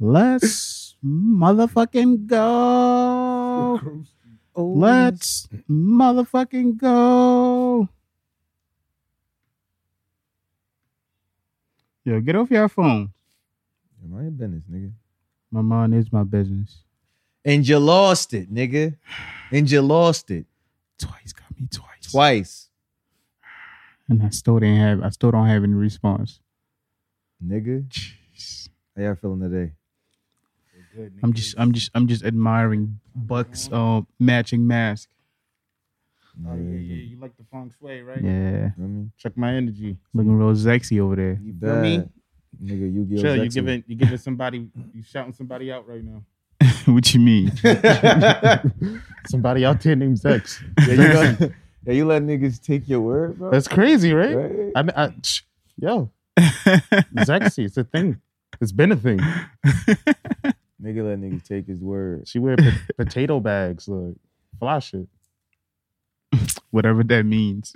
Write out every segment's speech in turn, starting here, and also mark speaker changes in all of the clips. Speaker 1: Let's motherfucking go. Let's motherfucking go. Yo, get off your phone.
Speaker 2: Mind your business, nigga.
Speaker 1: My mind is my business.
Speaker 2: And you lost it, nigga. And you lost it
Speaker 1: Twice got me twice.
Speaker 2: twice,
Speaker 1: And I still didn't have I still don't have any response.
Speaker 2: nigga. How y'all feeling today?
Speaker 1: I'm just I'm just I'm just admiring Buck's uh, matching mask.
Speaker 3: Oh, yeah,
Speaker 2: Nigga.
Speaker 3: yeah. You like the feng shui, right?
Speaker 1: Yeah.
Speaker 2: Feel me?
Speaker 3: Check my energy.
Speaker 1: Looking real sexy over there.
Speaker 3: You feel
Speaker 2: Bad.
Speaker 3: me?
Speaker 2: Nigga, you give
Speaker 3: Chill. You giving you giving somebody you shouting somebody out right now.
Speaker 1: what you mean?
Speaker 3: somebody out there named Zex.
Speaker 2: yeah, you let, yeah, you let niggas take your word, bro.
Speaker 3: That's crazy, right?
Speaker 2: Right?
Speaker 3: I, I yo, Zexy. It's a thing. It's been a thing.
Speaker 2: Nigga let niggas take his word.
Speaker 3: She wear po- potato bags, like fly shit.
Speaker 1: Whatever that means.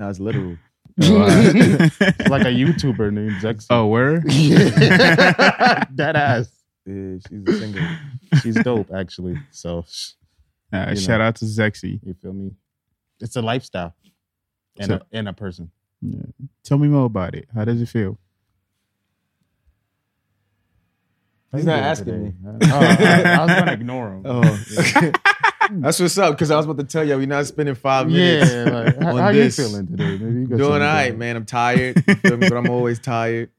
Speaker 2: Now it's literal.
Speaker 3: It's like a YouTuber named Zexy.
Speaker 1: oh, word?
Speaker 3: that ass.
Speaker 2: Yeah, she's a single.
Speaker 3: She's dope, actually. So sh-
Speaker 1: Uh,
Speaker 3: You
Speaker 1: shout
Speaker 3: know.
Speaker 1: out to Zexy.
Speaker 3: you feel me? It's a lifestyle and a, and a person.
Speaker 1: Tell me more about it. How does it feel?
Speaker 2: He's not asking me.
Speaker 3: Oh, I, I was gonna ignore him.
Speaker 2: Oh, that's what's up. Cause I was about to tell you, we're not spending five minutes.
Speaker 3: yeah, like, how,
Speaker 2: on
Speaker 3: how you
Speaker 2: this.
Speaker 3: feeling today? Maybe you got
Speaker 2: Doing all
Speaker 3: something
Speaker 2: right,
Speaker 3: going.
Speaker 2: man. I'm tired, you feel me? but I'm always tired.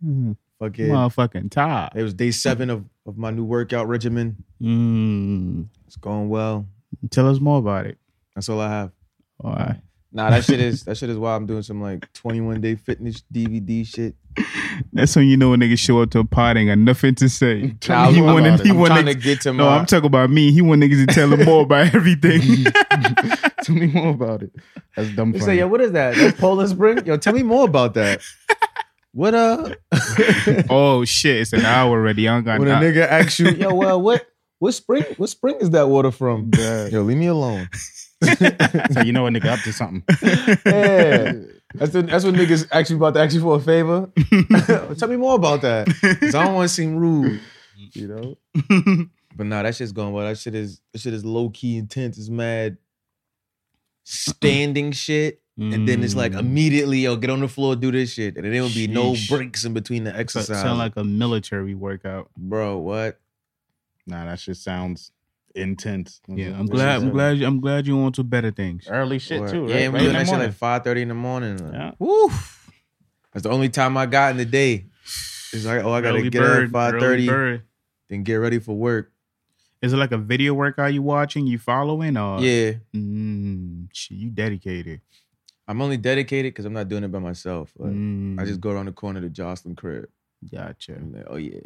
Speaker 2: Fuck it.
Speaker 1: Motherfucking top.
Speaker 2: It was day seven of, of my new workout regimen.
Speaker 1: Mm.
Speaker 2: It's going well.
Speaker 1: Tell us more about it.
Speaker 2: That's all I have.
Speaker 1: All right.
Speaker 2: Nah, that shit is that shit is why I'm doing some like 21 day fitness DVD shit.
Speaker 1: That's when you know a nigga show up to a party and got nothing to say.
Speaker 2: Nah, I'm,
Speaker 1: he
Speaker 2: I'm-
Speaker 1: wanted, he
Speaker 2: I'm trying
Speaker 1: wanted,
Speaker 2: to get to my.
Speaker 1: no, I'm talking about me. He want niggas to tell him more about everything.
Speaker 3: Tell me more about it. That's dumb.
Speaker 2: They
Speaker 3: funny.
Speaker 2: say, yo, what is that? That's Poland Spring? Yo, tell me more about that. What uh
Speaker 1: oh shit, it's an hour already. I don't got
Speaker 2: when a
Speaker 1: nah.
Speaker 2: nigga asks you, yo, well, what what spring what spring is that water from? Yo, leave me alone.
Speaker 3: So you know a nigga up to something.
Speaker 2: Yeah. That's the, that's what niggas actually about to ask you for a favor. tell me more about that. 'cause I don't want to seem rude.
Speaker 3: You know?
Speaker 2: But nah, that shit's going well. That shit is that shit is low key intense. It's mad standing shit. And then it's like
Speaker 1: Mm.
Speaker 2: immediately, yo, get on the floor, do this shit. And there will be no
Speaker 1: Sheesh.
Speaker 2: breaks in between the
Speaker 1: So-
Speaker 2: exercise.
Speaker 1: sound like a military workout.
Speaker 2: Bro, what?
Speaker 3: Nah, that shit sounds intense.
Speaker 2: Mm-hmm.
Speaker 1: Yeah, I'm
Speaker 3: This
Speaker 1: glad.
Speaker 3: is
Speaker 1: I'm
Speaker 3: a-
Speaker 1: glad. I'm glad you want to better things.
Speaker 3: Early shit
Speaker 2: Or-
Speaker 3: too. Right?
Speaker 2: Yeah, we
Speaker 3: Right in
Speaker 2: doing
Speaker 3: the
Speaker 2: that shit
Speaker 3: morning.
Speaker 2: like five thirty in the morning. Like,
Speaker 3: Yeah.
Speaker 2: Woof. That's the only time I got in the day. It's like, oh, I gotta
Speaker 1: Early
Speaker 2: get up
Speaker 1: bird,
Speaker 2: at five
Speaker 1: early
Speaker 2: thirty,
Speaker 1: bird.
Speaker 2: then get ready for work.
Speaker 1: Is it like a video workout you watching? You following?
Speaker 3: Uh,
Speaker 1: Or
Speaker 2: yeah,
Speaker 1: Mm, shit, you dedicated.
Speaker 2: I'm only dedicated because I'm not doing it by myself. Like,
Speaker 1: Mm,
Speaker 2: I just go around the corner to Jocelyn crib.
Speaker 1: gotcha.
Speaker 2: I'm like, oh yeah,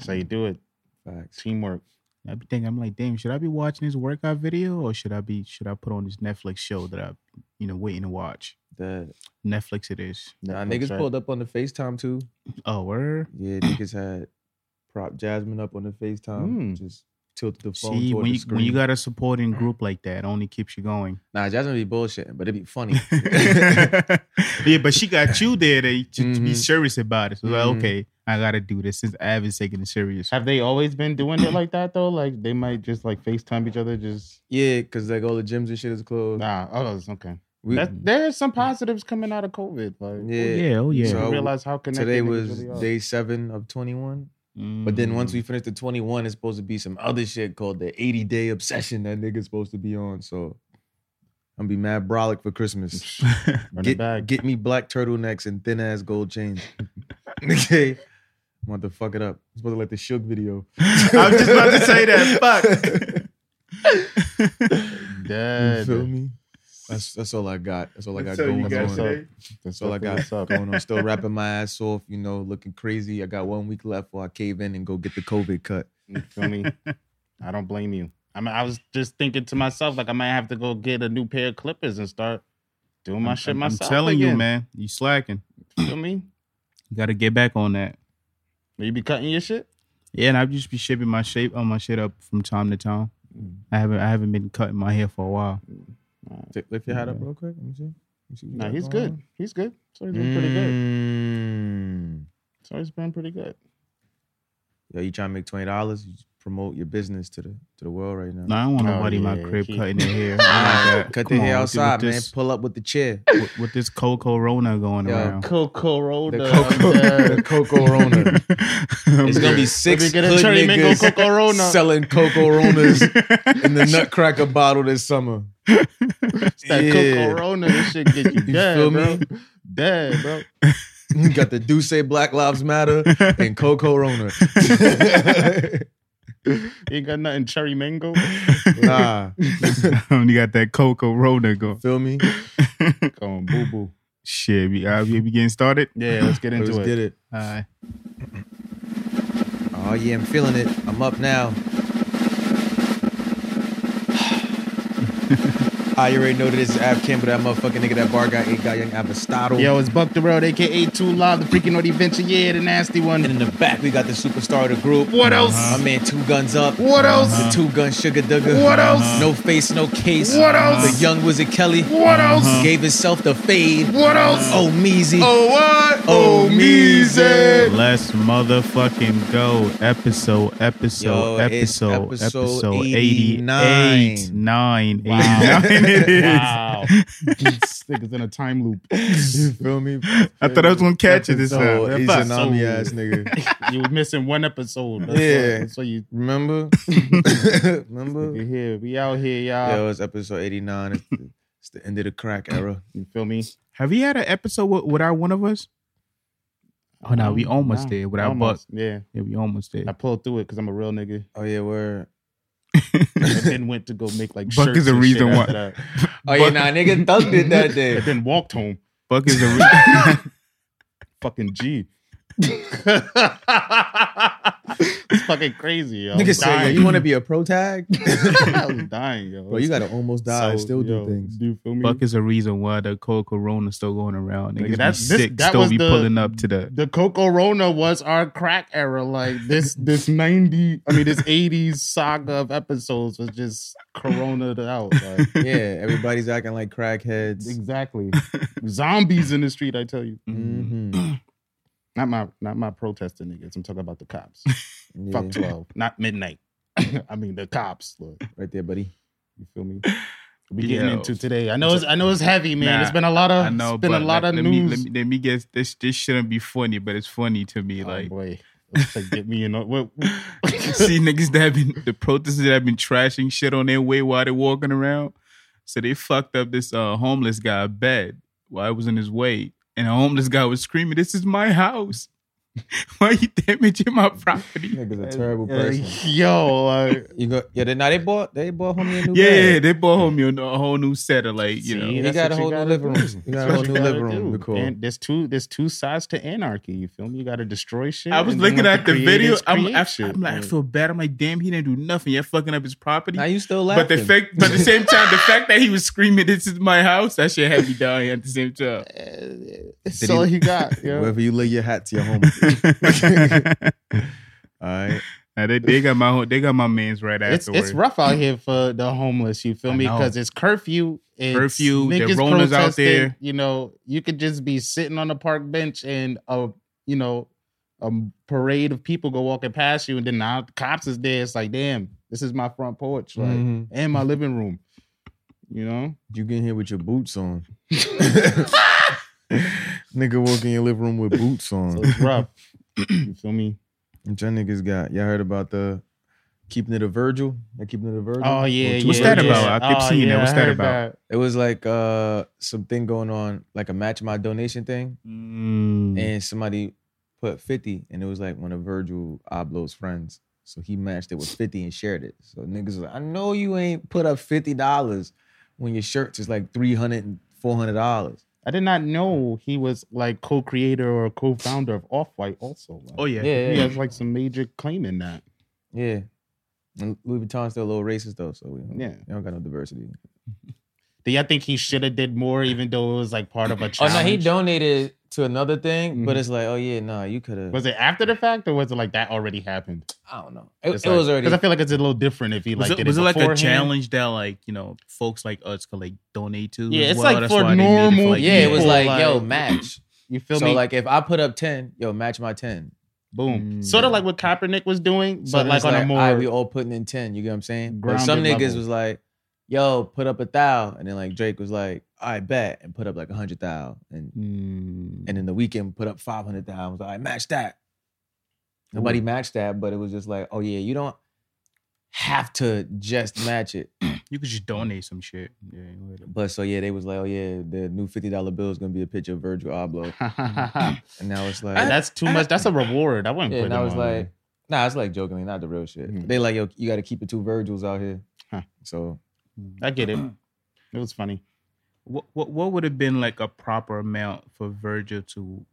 Speaker 3: So you do it.
Speaker 2: facts.
Speaker 3: Teamwork.
Speaker 1: I be thinking, I'm like, damn, should I be watching this workout video or should I be should I put on this Netflix show that I, you know, waiting to watch?
Speaker 2: That
Speaker 1: Netflix it is.
Speaker 2: nah,
Speaker 3: Netflix,
Speaker 2: niggas
Speaker 3: right?
Speaker 2: pulled up on the Facetime too.
Speaker 1: Oh, word.
Speaker 2: Yeah, niggas had prop Jasmine up on the Facetime,
Speaker 3: Mm.
Speaker 2: just tilted the phone
Speaker 1: See,
Speaker 2: toward
Speaker 1: when
Speaker 2: the
Speaker 1: you
Speaker 2: screen.
Speaker 1: when you got a supporting group like that, it only keeps you going.
Speaker 2: nah, Jasmine be bullshitting, but it'd be funny.
Speaker 1: yeah, but she got you there to, to be
Speaker 2: Mhm.
Speaker 1: serious about it. So it's like,
Speaker 2: Mhm.
Speaker 1: okay, I gotta do this since Avid's taking it serious.
Speaker 3: Have they always been doing it like that though? Like they might just like FaceTime each other, just
Speaker 2: yeah, because like all the gyms and shit is closed.
Speaker 3: nah. Oh, it's okay.
Speaker 2: We-
Speaker 3: That, there's some positives coming out of COVID. Like
Speaker 2: Mm. Yeah.
Speaker 1: Yeah, oh
Speaker 3: you
Speaker 1: yeah.
Speaker 3: just
Speaker 2: So,
Speaker 3: realize how connected
Speaker 2: Today
Speaker 3: niggas
Speaker 2: was
Speaker 3: really are.
Speaker 2: day seven of 21. But then once we
Speaker 1: Mm.
Speaker 2: finish the 21, it's supposed to be some other shit called the 80 day obsession that nigga's supposed to be on. So I'm gonna be mad brolic for Christmas.
Speaker 3: Run it
Speaker 2: Get,
Speaker 3: back.
Speaker 2: get me black turtlenecks and thin ass gold chains. okay. I'm about to fuck it up. It's supposed to like the Shook video.
Speaker 1: I was just about to say that. Fuck.
Speaker 2: You
Speaker 3: Dead.
Speaker 2: feel me? That's, that's all I got. That's all I got
Speaker 3: all you
Speaker 2: going
Speaker 3: got eh?
Speaker 2: on.
Speaker 3: today?
Speaker 2: That's all I got
Speaker 3: What's up?
Speaker 2: going on. Still rapping my ass off, you know, looking crazy. I got one week left before I cave in and go get the COVID cut.
Speaker 3: You feel me? I don't blame you. I mean, I was just thinking to myself, like, I might have to go get a new pair of clippers and start doing my
Speaker 1: I'm-
Speaker 3: shit
Speaker 1: I'm-
Speaker 3: myself.
Speaker 1: I'm telling you,
Speaker 3: again.
Speaker 1: man, you slacking.
Speaker 3: You feel me?
Speaker 1: You gotta get back on that.
Speaker 3: Will you be cutting your shit?
Speaker 1: Yeah, and I've just be shipping my shape on my shit up from time to time. I haven't I haven't been cutting my hair for a while.
Speaker 2: Take- Lift your hat up real quick. Let me see. Let me see what you
Speaker 3: Nah,
Speaker 2: got
Speaker 3: he's
Speaker 2: going
Speaker 3: good.
Speaker 2: on.
Speaker 3: He's good. Mm. So he's been pretty
Speaker 2: Mm.
Speaker 3: good. So he's been pretty good.
Speaker 2: Yo, you trying to make twenty dollars? You promote your business to the to the world right now.
Speaker 1: No, I don't want
Speaker 3: Oh,
Speaker 1: nobody in my
Speaker 3: yeah,
Speaker 1: crib
Speaker 3: keep-
Speaker 1: cutting their hair. I'm like that.
Speaker 2: Cut
Speaker 1: Come
Speaker 2: the hair
Speaker 1: on, with
Speaker 2: outside, man.
Speaker 1: this-
Speaker 2: Pull up with the chair.
Speaker 1: With, with this cold corona going
Speaker 2: Yo,
Speaker 1: around.
Speaker 3: Coco Roda.
Speaker 2: The Coco, the Coco Rona. It's gonna be
Speaker 3: Let
Speaker 2: six
Speaker 3: me get a
Speaker 2: hood
Speaker 3: cherry mango
Speaker 2: niggas
Speaker 3: Coco Rona.
Speaker 2: selling Coco Ronas in the Nutcracker bottle this summer.
Speaker 3: It's that
Speaker 2: Yeah.
Speaker 3: Coco Rona. This shit get you
Speaker 2: You
Speaker 3: dead,
Speaker 2: feel
Speaker 3: bro.
Speaker 2: me?
Speaker 3: Dead, bro.
Speaker 2: You got the Duce Black Lives Matter and Coco Rona.
Speaker 3: You ain't got nothing cherry mango.
Speaker 2: nah,
Speaker 1: Um, you got that cold corona going.
Speaker 2: feel me?
Speaker 3: Come on, boo boo.
Speaker 1: Shit, we, uh, we we getting started?
Speaker 3: Yeah, let's get into
Speaker 2: Let's
Speaker 3: it.
Speaker 2: get it.
Speaker 1: All right.
Speaker 2: Oh yeah, I'm feeling it. I'm up now. I already know that this is Av Campbell, that motherfucking nigga that bar got eight guy young Avastado.
Speaker 3: Yo, it's Buck the Road, aka Two Live, the freaking naughty venture. Yeah, the nasty
Speaker 2: And
Speaker 3: one.
Speaker 2: in the back, we got the superstar of the group. Uh-huh.
Speaker 3: What else?
Speaker 2: My man, Two Guns Up. Uh-huh.
Speaker 3: What else?
Speaker 2: The Two Gun Sugar Dugger.
Speaker 3: What else?
Speaker 2: No face, no case.
Speaker 3: What else?
Speaker 2: The Young Wizard Kelly. Uh-huh.
Speaker 3: What else?
Speaker 2: Gave himself the fade.
Speaker 3: What else?
Speaker 2: Oh, Meezy.
Speaker 3: Oh, what?
Speaker 2: Oh,
Speaker 3: Meezy.
Speaker 1: Let's motherfucking go. Episode, episode,
Speaker 2: Yo, it's
Speaker 1: episode,
Speaker 2: episode
Speaker 1: episode
Speaker 2: 89.
Speaker 1: 88, 9,
Speaker 3: Wow.
Speaker 1: 89 it is.
Speaker 3: Wow. this nigga's in a time loop.
Speaker 2: You feel me?
Speaker 1: I thought I was gonna catch it this
Speaker 2: Episode,
Speaker 1: time.
Speaker 2: He's
Speaker 1: I
Speaker 2: an
Speaker 1: thought-
Speaker 2: army ass nigga.
Speaker 3: You was missing one episode. That's
Speaker 2: Yeah.
Speaker 3: Why, that's why you
Speaker 2: Remember? Remember?
Speaker 3: you here. We out here, y'all.
Speaker 2: Yo, it's episode 89. It's the, it's the end of the crack era.
Speaker 3: You feel me?
Speaker 1: Have you had an episode with, without one of us? Oh no, we almost
Speaker 3: Um, Nah,
Speaker 1: did without Buck.
Speaker 3: almost. Yeah.
Speaker 1: Yeah, we almost did.
Speaker 3: I pulled through it because I'm a real nigga.
Speaker 2: Oh, yeah, word.
Speaker 3: And then went to go make like
Speaker 1: Buck
Speaker 3: shirts
Speaker 1: is the
Speaker 3: and
Speaker 1: reason
Speaker 3: shit
Speaker 1: why-
Speaker 3: after that.
Speaker 2: Oh, yeah, nah, nigga Thug did that day.
Speaker 3: And then walked home.
Speaker 1: Buck is the re-
Speaker 3: Fucking G. it's fucking crazy, yo.
Speaker 2: Nigga said,
Speaker 3: dying.
Speaker 2: yo, you want to be a pro tag?
Speaker 3: I was dying, yo.
Speaker 2: Bro, you gotta almost die and
Speaker 3: So,
Speaker 2: still do
Speaker 3: yo,
Speaker 2: things.
Speaker 3: Do you feel me?
Speaker 1: Buck is the reason why the cold corona still going around.
Speaker 3: Nigga,
Speaker 1: Niggas be
Speaker 3: that's- this-
Speaker 1: sick,
Speaker 3: that
Speaker 1: still
Speaker 3: was
Speaker 1: be
Speaker 3: the-
Speaker 1: pulling up to the
Speaker 3: the Coco Rona was our crack era. Like this, this ninety, I mean, this eighties saga of episodes was just coronaed out. Like,
Speaker 2: Yeah, everybody's acting like crackheads.
Speaker 3: exactly, zombies in the street. I tell you,
Speaker 2: Mm-hmm.
Speaker 3: not my, not my protesting niggas. I'm talking about the cops. Mm-hmm. Fuck
Speaker 2: Yeah,
Speaker 3: twelve, not midnight. I mean, the cops. Look,
Speaker 2: right there, buddy.
Speaker 3: you feel me? We getting
Speaker 1: Yo.
Speaker 3: into today. I know, it's, I know, it's heavy, man.
Speaker 1: Nah,
Speaker 3: it's been a lot of,
Speaker 1: I know,
Speaker 3: it's been a
Speaker 1: but
Speaker 3: lot
Speaker 1: like,
Speaker 3: of
Speaker 1: let Me,
Speaker 3: news.
Speaker 1: let me let me guess. This this shouldn't be funny, but it's funny to me.
Speaker 3: Oh,
Speaker 1: like,
Speaker 3: boy, It's like, get me in. a- What,
Speaker 1: see niggas that have been the protesters that have been trashing shit on their way while they're walking around. So they fucked up this uh, homeless guy bed while it was in his way, and the homeless guy was screaming, "This is my house! Why you damaging my property?"
Speaker 2: Nigga's a terrible
Speaker 3: Uh,
Speaker 2: person.
Speaker 3: yo, like,
Speaker 2: You go, yeah, they, now they bought, they bought homie a new
Speaker 1: Yeah,
Speaker 2: bed.
Speaker 1: yeah, they bought homie on a whole new set of like you
Speaker 3: See,
Speaker 1: know.
Speaker 2: He
Speaker 3: that's
Speaker 2: got a
Speaker 3: what you
Speaker 2: whole new
Speaker 3: gotta
Speaker 2: living
Speaker 3: do.
Speaker 2: room. He got
Speaker 3: That's
Speaker 2: a
Speaker 3: what
Speaker 2: whole
Speaker 3: you
Speaker 2: new
Speaker 3: gotta
Speaker 2: living room.
Speaker 3: do.
Speaker 2: Nicole.
Speaker 3: And there's two there's two sides to anarchy. You feel me? You gotta destroy shit.
Speaker 1: I was
Speaker 3: and then
Speaker 1: looking
Speaker 3: let
Speaker 1: at the
Speaker 3: creators
Speaker 1: video. I'm,
Speaker 3: create
Speaker 1: I,
Speaker 3: shit.
Speaker 1: I'm like, I
Speaker 3: Like,
Speaker 1: feel bad. I'm like, damn, he didn't do nothing. You're fucking up his property.
Speaker 2: Now you still laughing.
Speaker 1: But the fact, but at the same time, the fact that he was screaming, "This is my house," that shit had me dying at the same time.
Speaker 3: that's Eh, all he got. Yo.
Speaker 2: Wherever you lay your hat to your homie. All right.
Speaker 1: Now, they, they got my ho- they got my man's right
Speaker 3: It's
Speaker 1: afterwards.
Speaker 3: it's rough out here for the homeless. You feel
Speaker 1: I
Speaker 3: me?
Speaker 1: know.
Speaker 3: Because it's curfew. It's
Speaker 1: Curfew, the
Speaker 3: niggas
Speaker 1: Rona's out
Speaker 3: protesting,
Speaker 1: there.
Speaker 3: You know, you could just be sitting on a park bench and a you know a parade of people go walking past you, and then now the cops is there. It's like, damn, this is my front porch, like,
Speaker 1: Mm-hmm.
Speaker 2: Mhm.
Speaker 3: and my living room. You know.
Speaker 2: You get in here with your boots on. Nigga walk in your living room with boots
Speaker 3: So
Speaker 2: on.
Speaker 3: it's rough. you feel me?
Speaker 2: What y'all niggas got? Y'all heard about the keeping it a Virgil? They keeping it a Virgil?
Speaker 3: Oh yeah,
Speaker 2: Or
Speaker 3: yeah
Speaker 2: two
Speaker 1: What's that
Speaker 2: Virgils?
Speaker 1: about? I keep
Speaker 3: Oh,
Speaker 1: seeing that.
Speaker 3: yeah,
Speaker 1: What's
Speaker 3: I
Speaker 1: that
Speaker 3: heard
Speaker 1: about?
Speaker 2: It was like uh something going on, like a match my donation thing,
Speaker 1: Mm.
Speaker 3: Mm-hmm.
Speaker 2: and somebody put fifty, and it was like one of Virgil Abloh's friends. So he matched it with fifty and shared it. So niggas was like, I know you ain't put up fifty dollars when your shirts is like 300 and 400 dollars.
Speaker 3: I did not know he was like co-creator or co-founder of Off White. Also, like,
Speaker 1: Oh yeah.
Speaker 3: he has like some major claim in that.
Speaker 2: Yeah. And Louis Vuitton's still a little racist though, so we don't,
Speaker 3: Yeah.
Speaker 2: they don't got no diversity.
Speaker 3: Do y'all think he should have did more, even though it was like part of a
Speaker 2: Oh
Speaker 3: challenge?
Speaker 2: no, he donated to another thing, but
Speaker 3: Mhm.
Speaker 2: it's like, oh yeah, nah, you could have.
Speaker 3: Was it after the fact, or was it like that already happened?
Speaker 2: I don't know. It,
Speaker 3: It's
Speaker 2: it
Speaker 3: like-
Speaker 2: was already.
Speaker 3: I feel like it's a little different if he like
Speaker 1: was it,
Speaker 3: did
Speaker 1: was it like a
Speaker 3: beforehand.
Speaker 1: challenge that like you know folks like us could like donate to?
Speaker 3: Yeah,
Speaker 1: as
Speaker 3: it's
Speaker 1: well?
Speaker 3: like
Speaker 1: That's
Speaker 3: for
Speaker 1: why they made it
Speaker 3: normal-
Speaker 1: like,
Speaker 2: yeah, it was
Speaker 3: people,
Speaker 2: like,
Speaker 3: like-
Speaker 2: yo, match.
Speaker 3: You feel
Speaker 2: so
Speaker 3: me?
Speaker 2: like, if I put up ten, yo, match my ten.
Speaker 3: Boom.
Speaker 2: Mm.
Speaker 3: Sort of like what Kaepernick was doing,
Speaker 2: So
Speaker 3: but
Speaker 2: then
Speaker 3: like
Speaker 2: it's
Speaker 3: on a more
Speaker 2: all right, we all putting in ten. You get what I'm saying? But some niggas
Speaker 3: grounded level.
Speaker 2: was like, "Yo, put up a thou," and then like Drake was like, "I bet," and put up like a hundred thou, and
Speaker 1: Mm.
Speaker 2: and then the weekend put up five hundred thou. I was like, "I matched that." Nobody matched that, but it was just like, "Oh yeah, you don't have to just match it."
Speaker 1: You could just donate some shit. Yeah,
Speaker 2: But so yeah, they was like, "Oh yeah, the new fifty dollar bill is gonna be a picture of Virgil Abloh," and now it's like,
Speaker 3: And that's too
Speaker 1: I-
Speaker 3: much. That's a reward. I wouldn't
Speaker 2: yeah,
Speaker 3: put
Speaker 2: and I
Speaker 3: them
Speaker 2: was
Speaker 3: on
Speaker 2: like, "Nah, it's like jokingly, not the real shit."
Speaker 3: Mhm.
Speaker 2: They like, "Yo, you got to keep it two Virgils out here,"
Speaker 3: Huh.
Speaker 2: so.
Speaker 3: there. I get it.
Speaker 1: Mm-hmm.
Speaker 3: It was funny.
Speaker 1: What what what would have been like a proper amount for Virgil to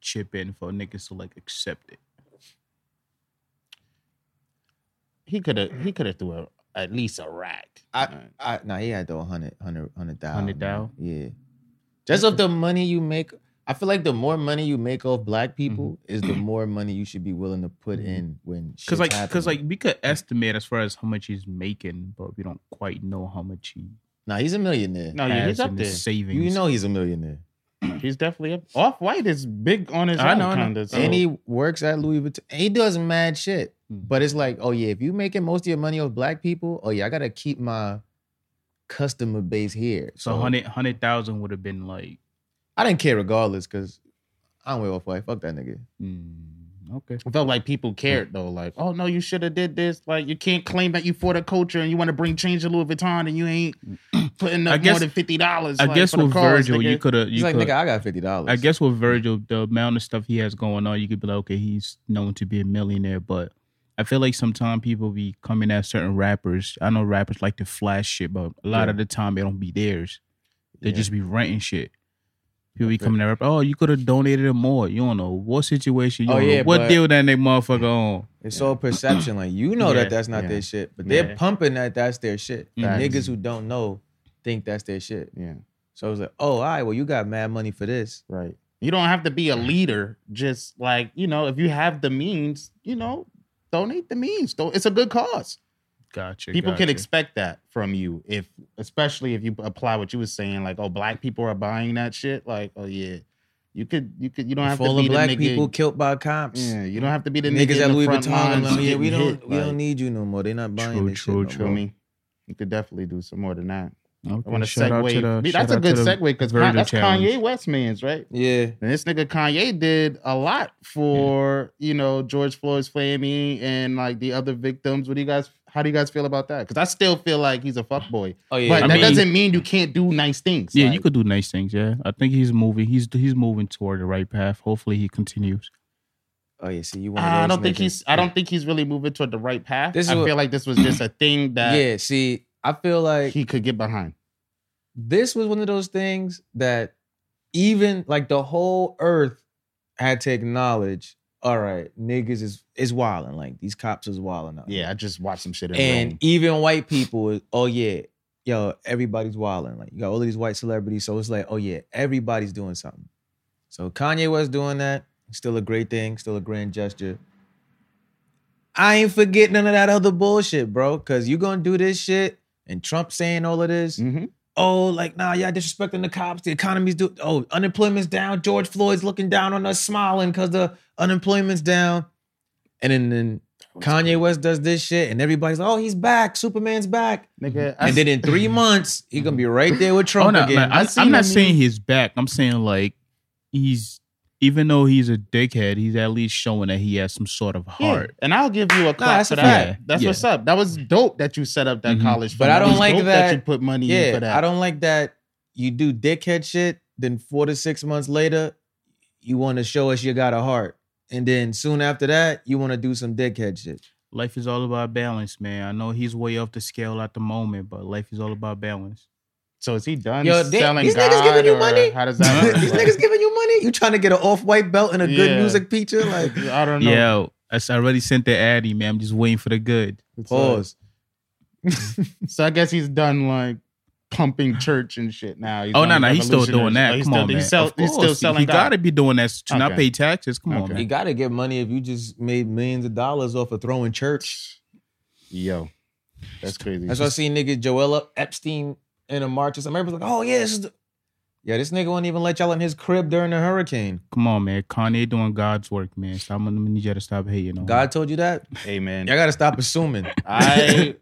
Speaker 1: chip in for niggas to like accept it?
Speaker 3: He could have. He could have threw a, at least a rack.
Speaker 2: I nah, he had though 100 100 100 thou.
Speaker 1: 100 thou?
Speaker 2: Yeah. Just of the money you make, I feel like the more money you make off black people
Speaker 3: Mm-hmm.
Speaker 2: is the more money you should be willing to put in when
Speaker 1: Cause
Speaker 2: shit's
Speaker 1: like,
Speaker 2: happening.
Speaker 1: cause like, we could estimate as far as how much he's making, but we don't quite know how much he
Speaker 2: nah, he's a millionaire.
Speaker 3: no, yeah,
Speaker 1: has
Speaker 3: he's up
Speaker 1: in
Speaker 3: there.
Speaker 1: his savings.
Speaker 2: you know he's a millionaire.
Speaker 3: He's definitely up. Off White is big on his
Speaker 1: I
Speaker 3: own
Speaker 1: know, I know.
Speaker 3: kind of.
Speaker 2: And he works at Louis Vuitton. He does mad shit.
Speaker 3: Hmm.
Speaker 1: Mhm.
Speaker 2: But it's like, oh yeah, if you making most of your money off black people, oh yeah, I gotta keep my customer base here.
Speaker 1: so 100 100,000 would have been like,
Speaker 2: I didn't care regardless, cause I don't wear off white. Fuck that nigga.
Speaker 1: mm, okay,
Speaker 3: I felt like people cared though. Like, oh no, you should have did this. Like, you can't claim that you for the culture and you want to bring change to Louis Vuitton and you ain't putting
Speaker 1: I
Speaker 3: up
Speaker 1: guess-
Speaker 3: more than fifty dollars.
Speaker 1: I guess with Virgil, you could have,
Speaker 2: He's
Speaker 1: you
Speaker 2: like,
Speaker 1: could,
Speaker 2: nigga, I got fifty dollars.
Speaker 1: I guess with Virgil, the amount of stuff he has going on, you could be like, okay, he's known to be a millionaire, but I feel like sometimes people be coming at certain rappers. I know rappers like to flash shit, but a lot of the time they don't be theirs. They
Speaker 2: Yeah.
Speaker 1: just be renting shit. People be
Speaker 2: Okay.
Speaker 1: coming at rap, oh, you could have donated it more. You don't know what situation, you
Speaker 2: Oh,
Speaker 1: don't know
Speaker 2: yeah,
Speaker 1: what
Speaker 2: but-
Speaker 1: deal that nigga motherfucker on.
Speaker 2: It's all perception. Like you know
Speaker 3: Yeah,
Speaker 2: that that's not
Speaker 3: yeah.
Speaker 2: their shit, but
Speaker 3: Yeah. Mm-hmm.
Speaker 2: they're pumping that that's their shit. And
Speaker 3: Facts.
Speaker 2: niggas who don't know think that's their shit.
Speaker 3: Yeah,
Speaker 2: So I was like, oh, all right, well you got mad money for this.
Speaker 3: right. You don't have to be a leader. Just like you know, if you have the means, you know, donate the means. Don't- It's a good cause.
Speaker 1: Gotcha.
Speaker 3: People can
Speaker 1: gotcha.
Speaker 3: expect that from you if, especially if you apply what you were saying. Like, oh, black people are buying that shit. Like, oh yeah, you could, you could, you don't have to
Speaker 2: Full of
Speaker 3: be
Speaker 2: black
Speaker 3: the nigga.
Speaker 2: people killed by cops.
Speaker 3: Yeah, you don't have to be the nigga
Speaker 2: Niggas
Speaker 3: in
Speaker 2: at
Speaker 3: the
Speaker 2: Louis
Speaker 3: front
Speaker 2: Vuitton.
Speaker 3: lines
Speaker 2: Like, yeah, we
Speaker 3: getting
Speaker 2: don't
Speaker 3: hit,
Speaker 2: we
Speaker 3: like-
Speaker 2: don't need you no more. They're not buying
Speaker 1: True,
Speaker 2: this
Speaker 1: true,
Speaker 2: shit.
Speaker 1: true.
Speaker 2: No
Speaker 3: Feel
Speaker 2: more.
Speaker 3: me? You could definitely do some more than that.
Speaker 1: Okay,
Speaker 3: I want to
Speaker 1: shout out to
Speaker 3: segue.
Speaker 1: the-
Speaker 3: that's
Speaker 1: shout
Speaker 3: a
Speaker 1: out
Speaker 3: good
Speaker 1: to the
Speaker 3: segue because
Speaker 1: Virgil
Speaker 3: that's
Speaker 1: challenge.
Speaker 3: Kanye West man's right.
Speaker 2: Yeah.
Speaker 3: And this nigga Kanye did a lot for you know George Floyd's family and like the other victims. What do you guys? How do you guys feel about that? Because I still feel like he's a fuckboy,
Speaker 2: Oh
Speaker 3: but
Speaker 1: I
Speaker 3: that
Speaker 1: mean-
Speaker 3: doesn't mean you can't do nice things.
Speaker 1: Yeah,
Speaker 3: Like,
Speaker 1: you could do nice things. Yeah, I think he's moving. He's he's moving toward the right path. Hopefully, he continues.
Speaker 2: oh yeah. See, you want.
Speaker 3: I don't think he's. I don't think he's really moving toward the right path.
Speaker 2: This is
Speaker 3: I
Speaker 2: what-
Speaker 3: feel like this was just a thing that
Speaker 2: Yeah. See, I feel like
Speaker 3: he could get behind.
Speaker 2: this was one of those things that even like the whole earth had to acknowledge. All right, niggas is is wilding. Like these cops is wilding out.
Speaker 3: Yeah, I just watched some shit. In
Speaker 2: and
Speaker 3: Rome.
Speaker 2: even white people. Is, oh yeah, yo, everybody's wilding. Like you got all of these white celebrities, so it's like, oh yeah, everybody's doing something. So Kanye was doing that. Still a great thing. Still a grand gesture. I ain't forget none of that other bullshit, bro. Cause you gonna do this shit, and Trump saying all of this
Speaker 3: Mhm.
Speaker 2: oh, like, nah, y'all disrespecting the cops. The economy's do oh, unemployment's down. George Floyd's looking down on us, smiling because the unemployment's down. And then, then Kanye West does this shit, and everybody's like, oh, he's back. Superman's back.
Speaker 3: Nigga, I
Speaker 2: And then in three months, he's gonna be right there with Trump
Speaker 1: Oh, no,
Speaker 2: again.
Speaker 1: like, I'm,
Speaker 3: I've
Speaker 1: I'm
Speaker 3: seen
Speaker 1: not
Speaker 3: him
Speaker 1: saying
Speaker 3: use-
Speaker 1: he's back. I'm saying like he's even though he's a dickhead, he's at least showing that he has some sort of
Speaker 3: Yeah,
Speaker 1: heart.
Speaker 3: And I'll give you a clap
Speaker 2: that's
Speaker 3: for
Speaker 2: a Mm-hmm.
Speaker 3: that.
Speaker 1: fact.
Speaker 3: That's
Speaker 1: Yeah.
Speaker 3: what's up. That was dope that you set up that
Speaker 1: Mhm.
Speaker 3: college fund.
Speaker 2: But I
Speaker 3: That
Speaker 2: don't
Speaker 3: was
Speaker 2: like
Speaker 3: dope
Speaker 2: that-
Speaker 3: you put money in for
Speaker 2: yeah,
Speaker 3: that.
Speaker 2: I don't like that you do dickhead shit. Then four to six months later, you want to show us you got a heart, and then soon after that, you want to do some dickhead shit.
Speaker 1: Life is all about balance, man. I know he's way off the scale at the moment, but life is all about balance.
Speaker 3: so is he done
Speaker 2: Yo, they-
Speaker 3: selling
Speaker 2: these
Speaker 3: God
Speaker 2: niggas giving you
Speaker 3: or
Speaker 2: money?
Speaker 3: How does that work?
Speaker 2: These niggas giving you money? You trying to get an off white belt and a good
Speaker 3: Yeah.
Speaker 2: music feature? Like,
Speaker 3: Like, I don't know.
Speaker 1: Yeah, I s- I already sent the addy, man. I'm just waiting for the good.
Speaker 3: It's, uh,
Speaker 2: pause.
Speaker 3: So I guess he's done like pumping church and shit now. He's
Speaker 1: oh
Speaker 3: on
Speaker 1: no, no, he's still
Speaker 3: revolutionary
Speaker 1: doing that.
Speaker 3: shit.
Speaker 1: Come
Speaker 3: Oh, he's
Speaker 1: on,
Speaker 3: still,
Speaker 1: man.
Speaker 3: He's, sell-
Speaker 1: Of
Speaker 3: he's still
Speaker 1: course, he-
Speaker 3: selling
Speaker 1: He
Speaker 3: God.
Speaker 1: gotta be doing that to not
Speaker 3: Okay.
Speaker 1: pay taxes. Come on,
Speaker 3: Okay.
Speaker 2: You
Speaker 1: man.
Speaker 2: got to get money if you just made millions of dollars off of throwing church.
Speaker 3: Yo, that's crazy.
Speaker 2: That's why I seen nigga Joella Epstein in a march or something. Everybody's like, oh, yeah, this is the- Yeah, this nigga won't even let y'all in his crib during the hurricane.
Speaker 1: Come on, man. Kanye doing God's work, man. So I'm gonna need you to stop hating on
Speaker 2: God told you that?
Speaker 3: Hey man,
Speaker 2: Y'all gotta stop assuming.
Speaker 3: I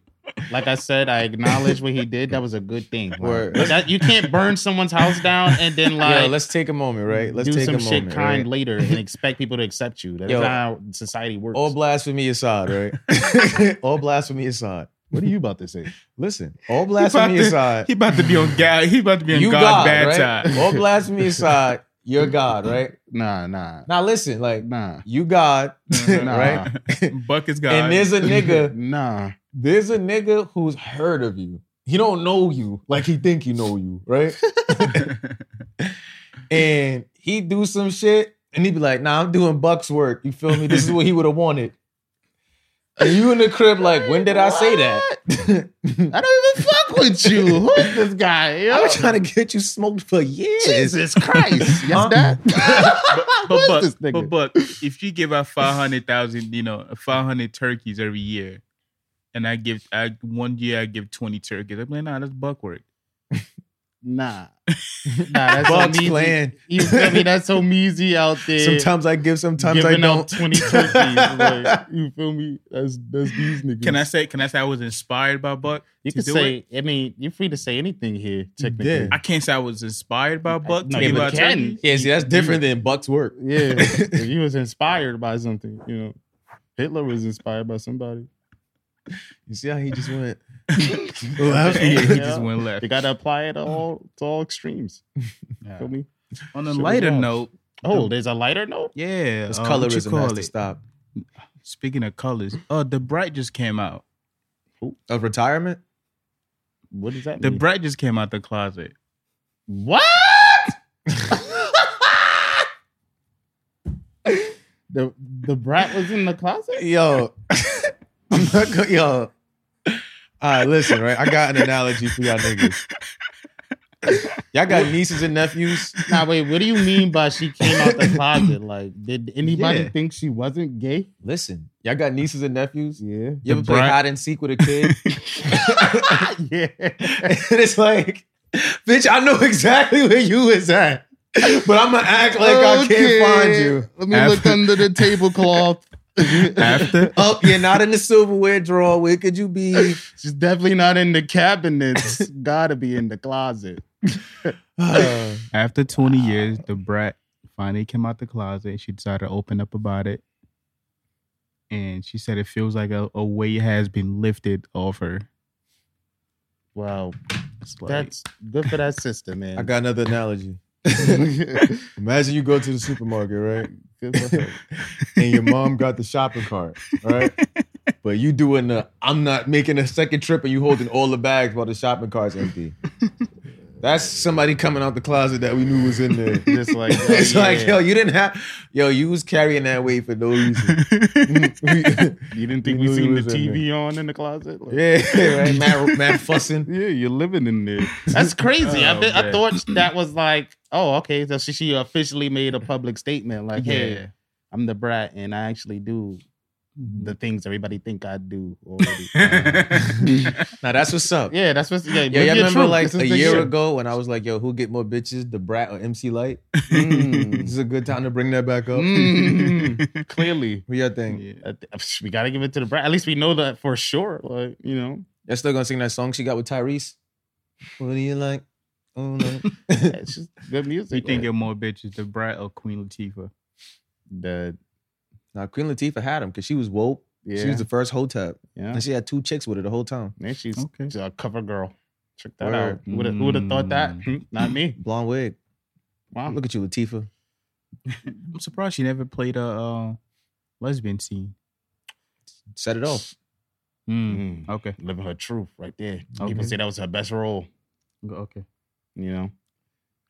Speaker 3: like I said, I acknowledge what he did. That was a good thing. Like,
Speaker 2: Word.
Speaker 3: that- you can't burn someone's house down and then like
Speaker 2: Yo, let's take a moment, right? Let's
Speaker 3: do
Speaker 2: take
Speaker 3: some
Speaker 2: a
Speaker 3: shit
Speaker 2: moment.
Speaker 3: kind
Speaker 2: right?
Speaker 3: later and expect people to accept you. That's
Speaker 2: Yo.
Speaker 3: not how society works.
Speaker 2: All blasphemy aside, right? all blasphemy aside.
Speaker 3: what are you about to say?
Speaker 2: Listen, all
Speaker 1: about
Speaker 2: blasphemy
Speaker 1: to-
Speaker 2: aside.
Speaker 1: He about to be on God. He about to be on
Speaker 2: You
Speaker 1: God,
Speaker 2: God,
Speaker 1: bad
Speaker 2: right?
Speaker 1: side.
Speaker 2: All blasphemy aside, you're God, right?
Speaker 3: Nah, nah,
Speaker 2: Now listen, like
Speaker 3: nah,
Speaker 2: you God,
Speaker 3: Mm-hmm. Nah.
Speaker 2: right?
Speaker 1: Buck is God.
Speaker 2: And there's a nigga,
Speaker 3: nah.
Speaker 2: there's a nigga who's heard of you. He don't know you like he think he know you, right? and he do some shit, and he be like, "Nah, I'm doing Buck's work." You feel me? This is what he would have wanted. And you in the crib, like, when did I say that?
Speaker 3: I don't even fuck with you. Who is this guy? Yo?
Speaker 2: I was trying to get you smoked for years.
Speaker 3: Jesus Christ.
Speaker 2: Huh?
Speaker 3: Yes, that. Who
Speaker 1: but
Speaker 3: is
Speaker 1: Buck,
Speaker 3: this nigga?
Speaker 1: but Buck, if you give out five hundred thousand, you know, five hundred turkeys every year, and I give, I one year I give twenty turkeys. I'm like, nah, that's Buck work.
Speaker 3: Nah. Nah, that's
Speaker 2: Buck's
Speaker 3: so measy.
Speaker 2: playing.
Speaker 3: You feel me? That's so measy out there.
Speaker 2: Sometimes I give, sometimes I
Speaker 3: giving out
Speaker 2: don't.
Speaker 3: 20 turkeys. Like, you feel me? That's that's these niggas.
Speaker 1: Can I say? Can I say I was inspired by Buck?
Speaker 3: You
Speaker 1: to
Speaker 3: can
Speaker 1: do
Speaker 3: say, I mean, you're free to say anything here, technically.
Speaker 2: did.
Speaker 1: I can't say I was inspired by Buck.
Speaker 3: No,
Speaker 1: to
Speaker 3: you
Speaker 1: give out
Speaker 3: can.
Speaker 1: turkeys.
Speaker 2: Yeah, see, that's different than Buck's work.
Speaker 3: Yeah. if you was inspired by something, you know. Hitler was inspired by somebody.
Speaker 2: You see how he just went.
Speaker 1: he
Speaker 3: Yeah.
Speaker 1: just went left.
Speaker 3: You gotta apply it all to all extremes.
Speaker 1: Yeah.
Speaker 3: Feel me?
Speaker 1: On a
Speaker 3: Shit was
Speaker 1: lighter
Speaker 3: wild.
Speaker 1: note,
Speaker 3: Oh, there's a lighter note?
Speaker 1: yeah,
Speaker 2: This
Speaker 1: uh, what you
Speaker 2: colorism
Speaker 1: call
Speaker 2: has to
Speaker 1: it?
Speaker 2: stop.
Speaker 1: Speaking of colors, oh, the bright just came out.
Speaker 2: Of retirement?
Speaker 3: What does that
Speaker 1: The
Speaker 3: mean?
Speaker 1: bright just came out the closet.
Speaker 3: What? the the brat was in the closet.
Speaker 2: Yo, I'm not gonna, yo. All right, listen, right? I got an analogy for y'all niggas. Y'all got nieces and nephews.
Speaker 3: Now wait, what do you mean by she came out the closet? Like, did anybody
Speaker 1: Yeah.
Speaker 3: think she wasn't gay?
Speaker 2: Listen, y'all got nieces and nephews.
Speaker 3: Yeah,
Speaker 2: You ever
Speaker 1: The
Speaker 2: play
Speaker 1: brat-
Speaker 2: hide and seek with a kid?
Speaker 3: yeah.
Speaker 2: and it's like, bitch, I know exactly where you is at, but I'm gonna act like I
Speaker 3: Okay.
Speaker 2: can't find you.
Speaker 3: Let me
Speaker 1: After-
Speaker 3: look under the tablecloth.
Speaker 1: After
Speaker 2: Oh, you're not in the silverware drawer. Where could you be?
Speaker 3: She's definitely not in the cabinets. Gotta be in the closet.
Speaker 2: Uh,
Speaker 1: After 20 years, the brat finally came out the closet. She decided to open up about it. And she said it feels like a, a weight has been lifted off her.
Speaker 3: Wow,
Speaker 1: It's like,
Speaker 3: that's good for that sister, man.
Speaker 2: I got another analogy.
Speaker 3: good
Speaker 2: Imagine you go to the supermarket, right?
Speaker 3: for her.
Speaker 2: and your mom got the shopping cart, right? but you doing the I'm not making a second trip and you holding all the bags while the shopping cart's empty. That's somebody coming out the closet that we knew was in there.
Speaker 3: Just like oh,
Speaker 2: it's like,
Speaker 3: yeah.
Speaker 2: yo, you didn't have yo, you was carrying that weight for no reason. yeah,
Speaker 3: You didn't think
Speaker 2: You knew he
Speaker 3: we seen the
Speaker 2: was in
Speaker 3: TV on in the closet? Like,
Speaker 2: right. Mad, mad fussing.
Speaker 3: yeah, you're living in there. That's crazy. I,
Speaker 1: Oh,
Speaker 3: bet- I
Speaker 1: man.
Speaker 3: thought that was like, oh, okay. So she, she officially made a public statement like, hey, I'm the brat and I actually do
Speaker 2: Mm-hmm.
Speaker 3: the things everybody think I do already. Um,
Speaker 1: yeah.
Speaker 2: Now that's what's up.
Speaker 3: yeah, that's what's
Speaker 2: Yeah,
Speaker 3: yeah. live
Speaker 2: you
Speaker 3: your
Speaker 2: remember
Speaker 3: truth.
Speaker 2: like
Speaker 3: This is
Speaker 2: a
Speaker 3: the
Speaker 2: year
Speaker 3: shit.
Speaker 2: ago when I was like, yo, who get more bitches, the brat or MC Light? this
Speaker 3: Mm.
Speaker 2: is a good time to bring that back up.
Speaker 3: Mm. Clearly.
Speaker 2: What y'all think?
Speaker 3: I th- We gotta give it to the brat. At least we know that for sure. Like, you know,
Speaker 2: Y'all still gonna sing that song she got with Tyrese? What do you like? Oh, no.
Speaker 3: it's just good
Speaker 1: You
Speaker 3: music.
Speaker 1: think
Speaker 3: like,
Speaker 1: it more bitches, the brat or Queen Latifah?
Speaker 3: the
Speaker 2: now Queen Latifah had him because she was woke.
Speaker 3: yeah,
Speaker 2: She was the first hotep,
Speaker 3: yeah.
Speaker 2: and she had two chicks with her the whole time.
Speaker 3: And she's
Speaker 1: Okay.
Speaker 3: a cover girl. Check that
Speaker 2: Word.
Speaker 3: out. Who would have thought that?
Speaker 1: Mm.
Speaker 3: Hmm, Not me.
Speaker 2: Blonde wig.
Speaker 3: Wow.
Speaker 2: Look at you, Latifah.
Speaker 1: I'm surprised she never played a uh, lesbian scene. Hmm,
Speaker 2: Set it off.
Speaker 3: Mm.
Speaker 1: Okay.
Speaker 3: Living her truth right there.
Speaker 1: Okay.
Speaker 3: People say that was her best role.
Speaker 1: Okay.
Speaker 3: You know,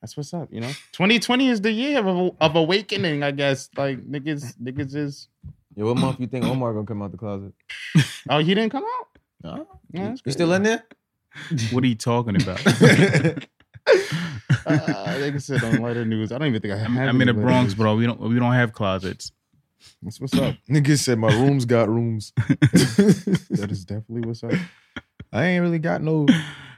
Speaker 3: that's what's up. You know, 2020 is the year of, of awakening. I guess like niggas, niggas is.
Speaker 2: Yo, what month you think Omar gonna come out the closet?
Speaker 3: Oh, he didn't come out.
Speaker 2: No.
Speaker 3: Yeah, that's
Speaker 2: you still in
Speaker 3: crazy.
Speaker 2: there?
Speaker 1: What are you talking about?
Speaker 3: Uh, like I said on lighter news, I don't even think I have.
Speaker 1: I'm in the
Speaker 3: any lighter
Speaker 1: Bronx,
Speaker 3: news.
Speaker 1: bro. We don't we don't have closets.
Speaker 3: That's what's up.
Speaker 2: Nigga said my rooms got rooms.
Speaker 3: that is definitely what's up.
Speaker 2: I ain't really got no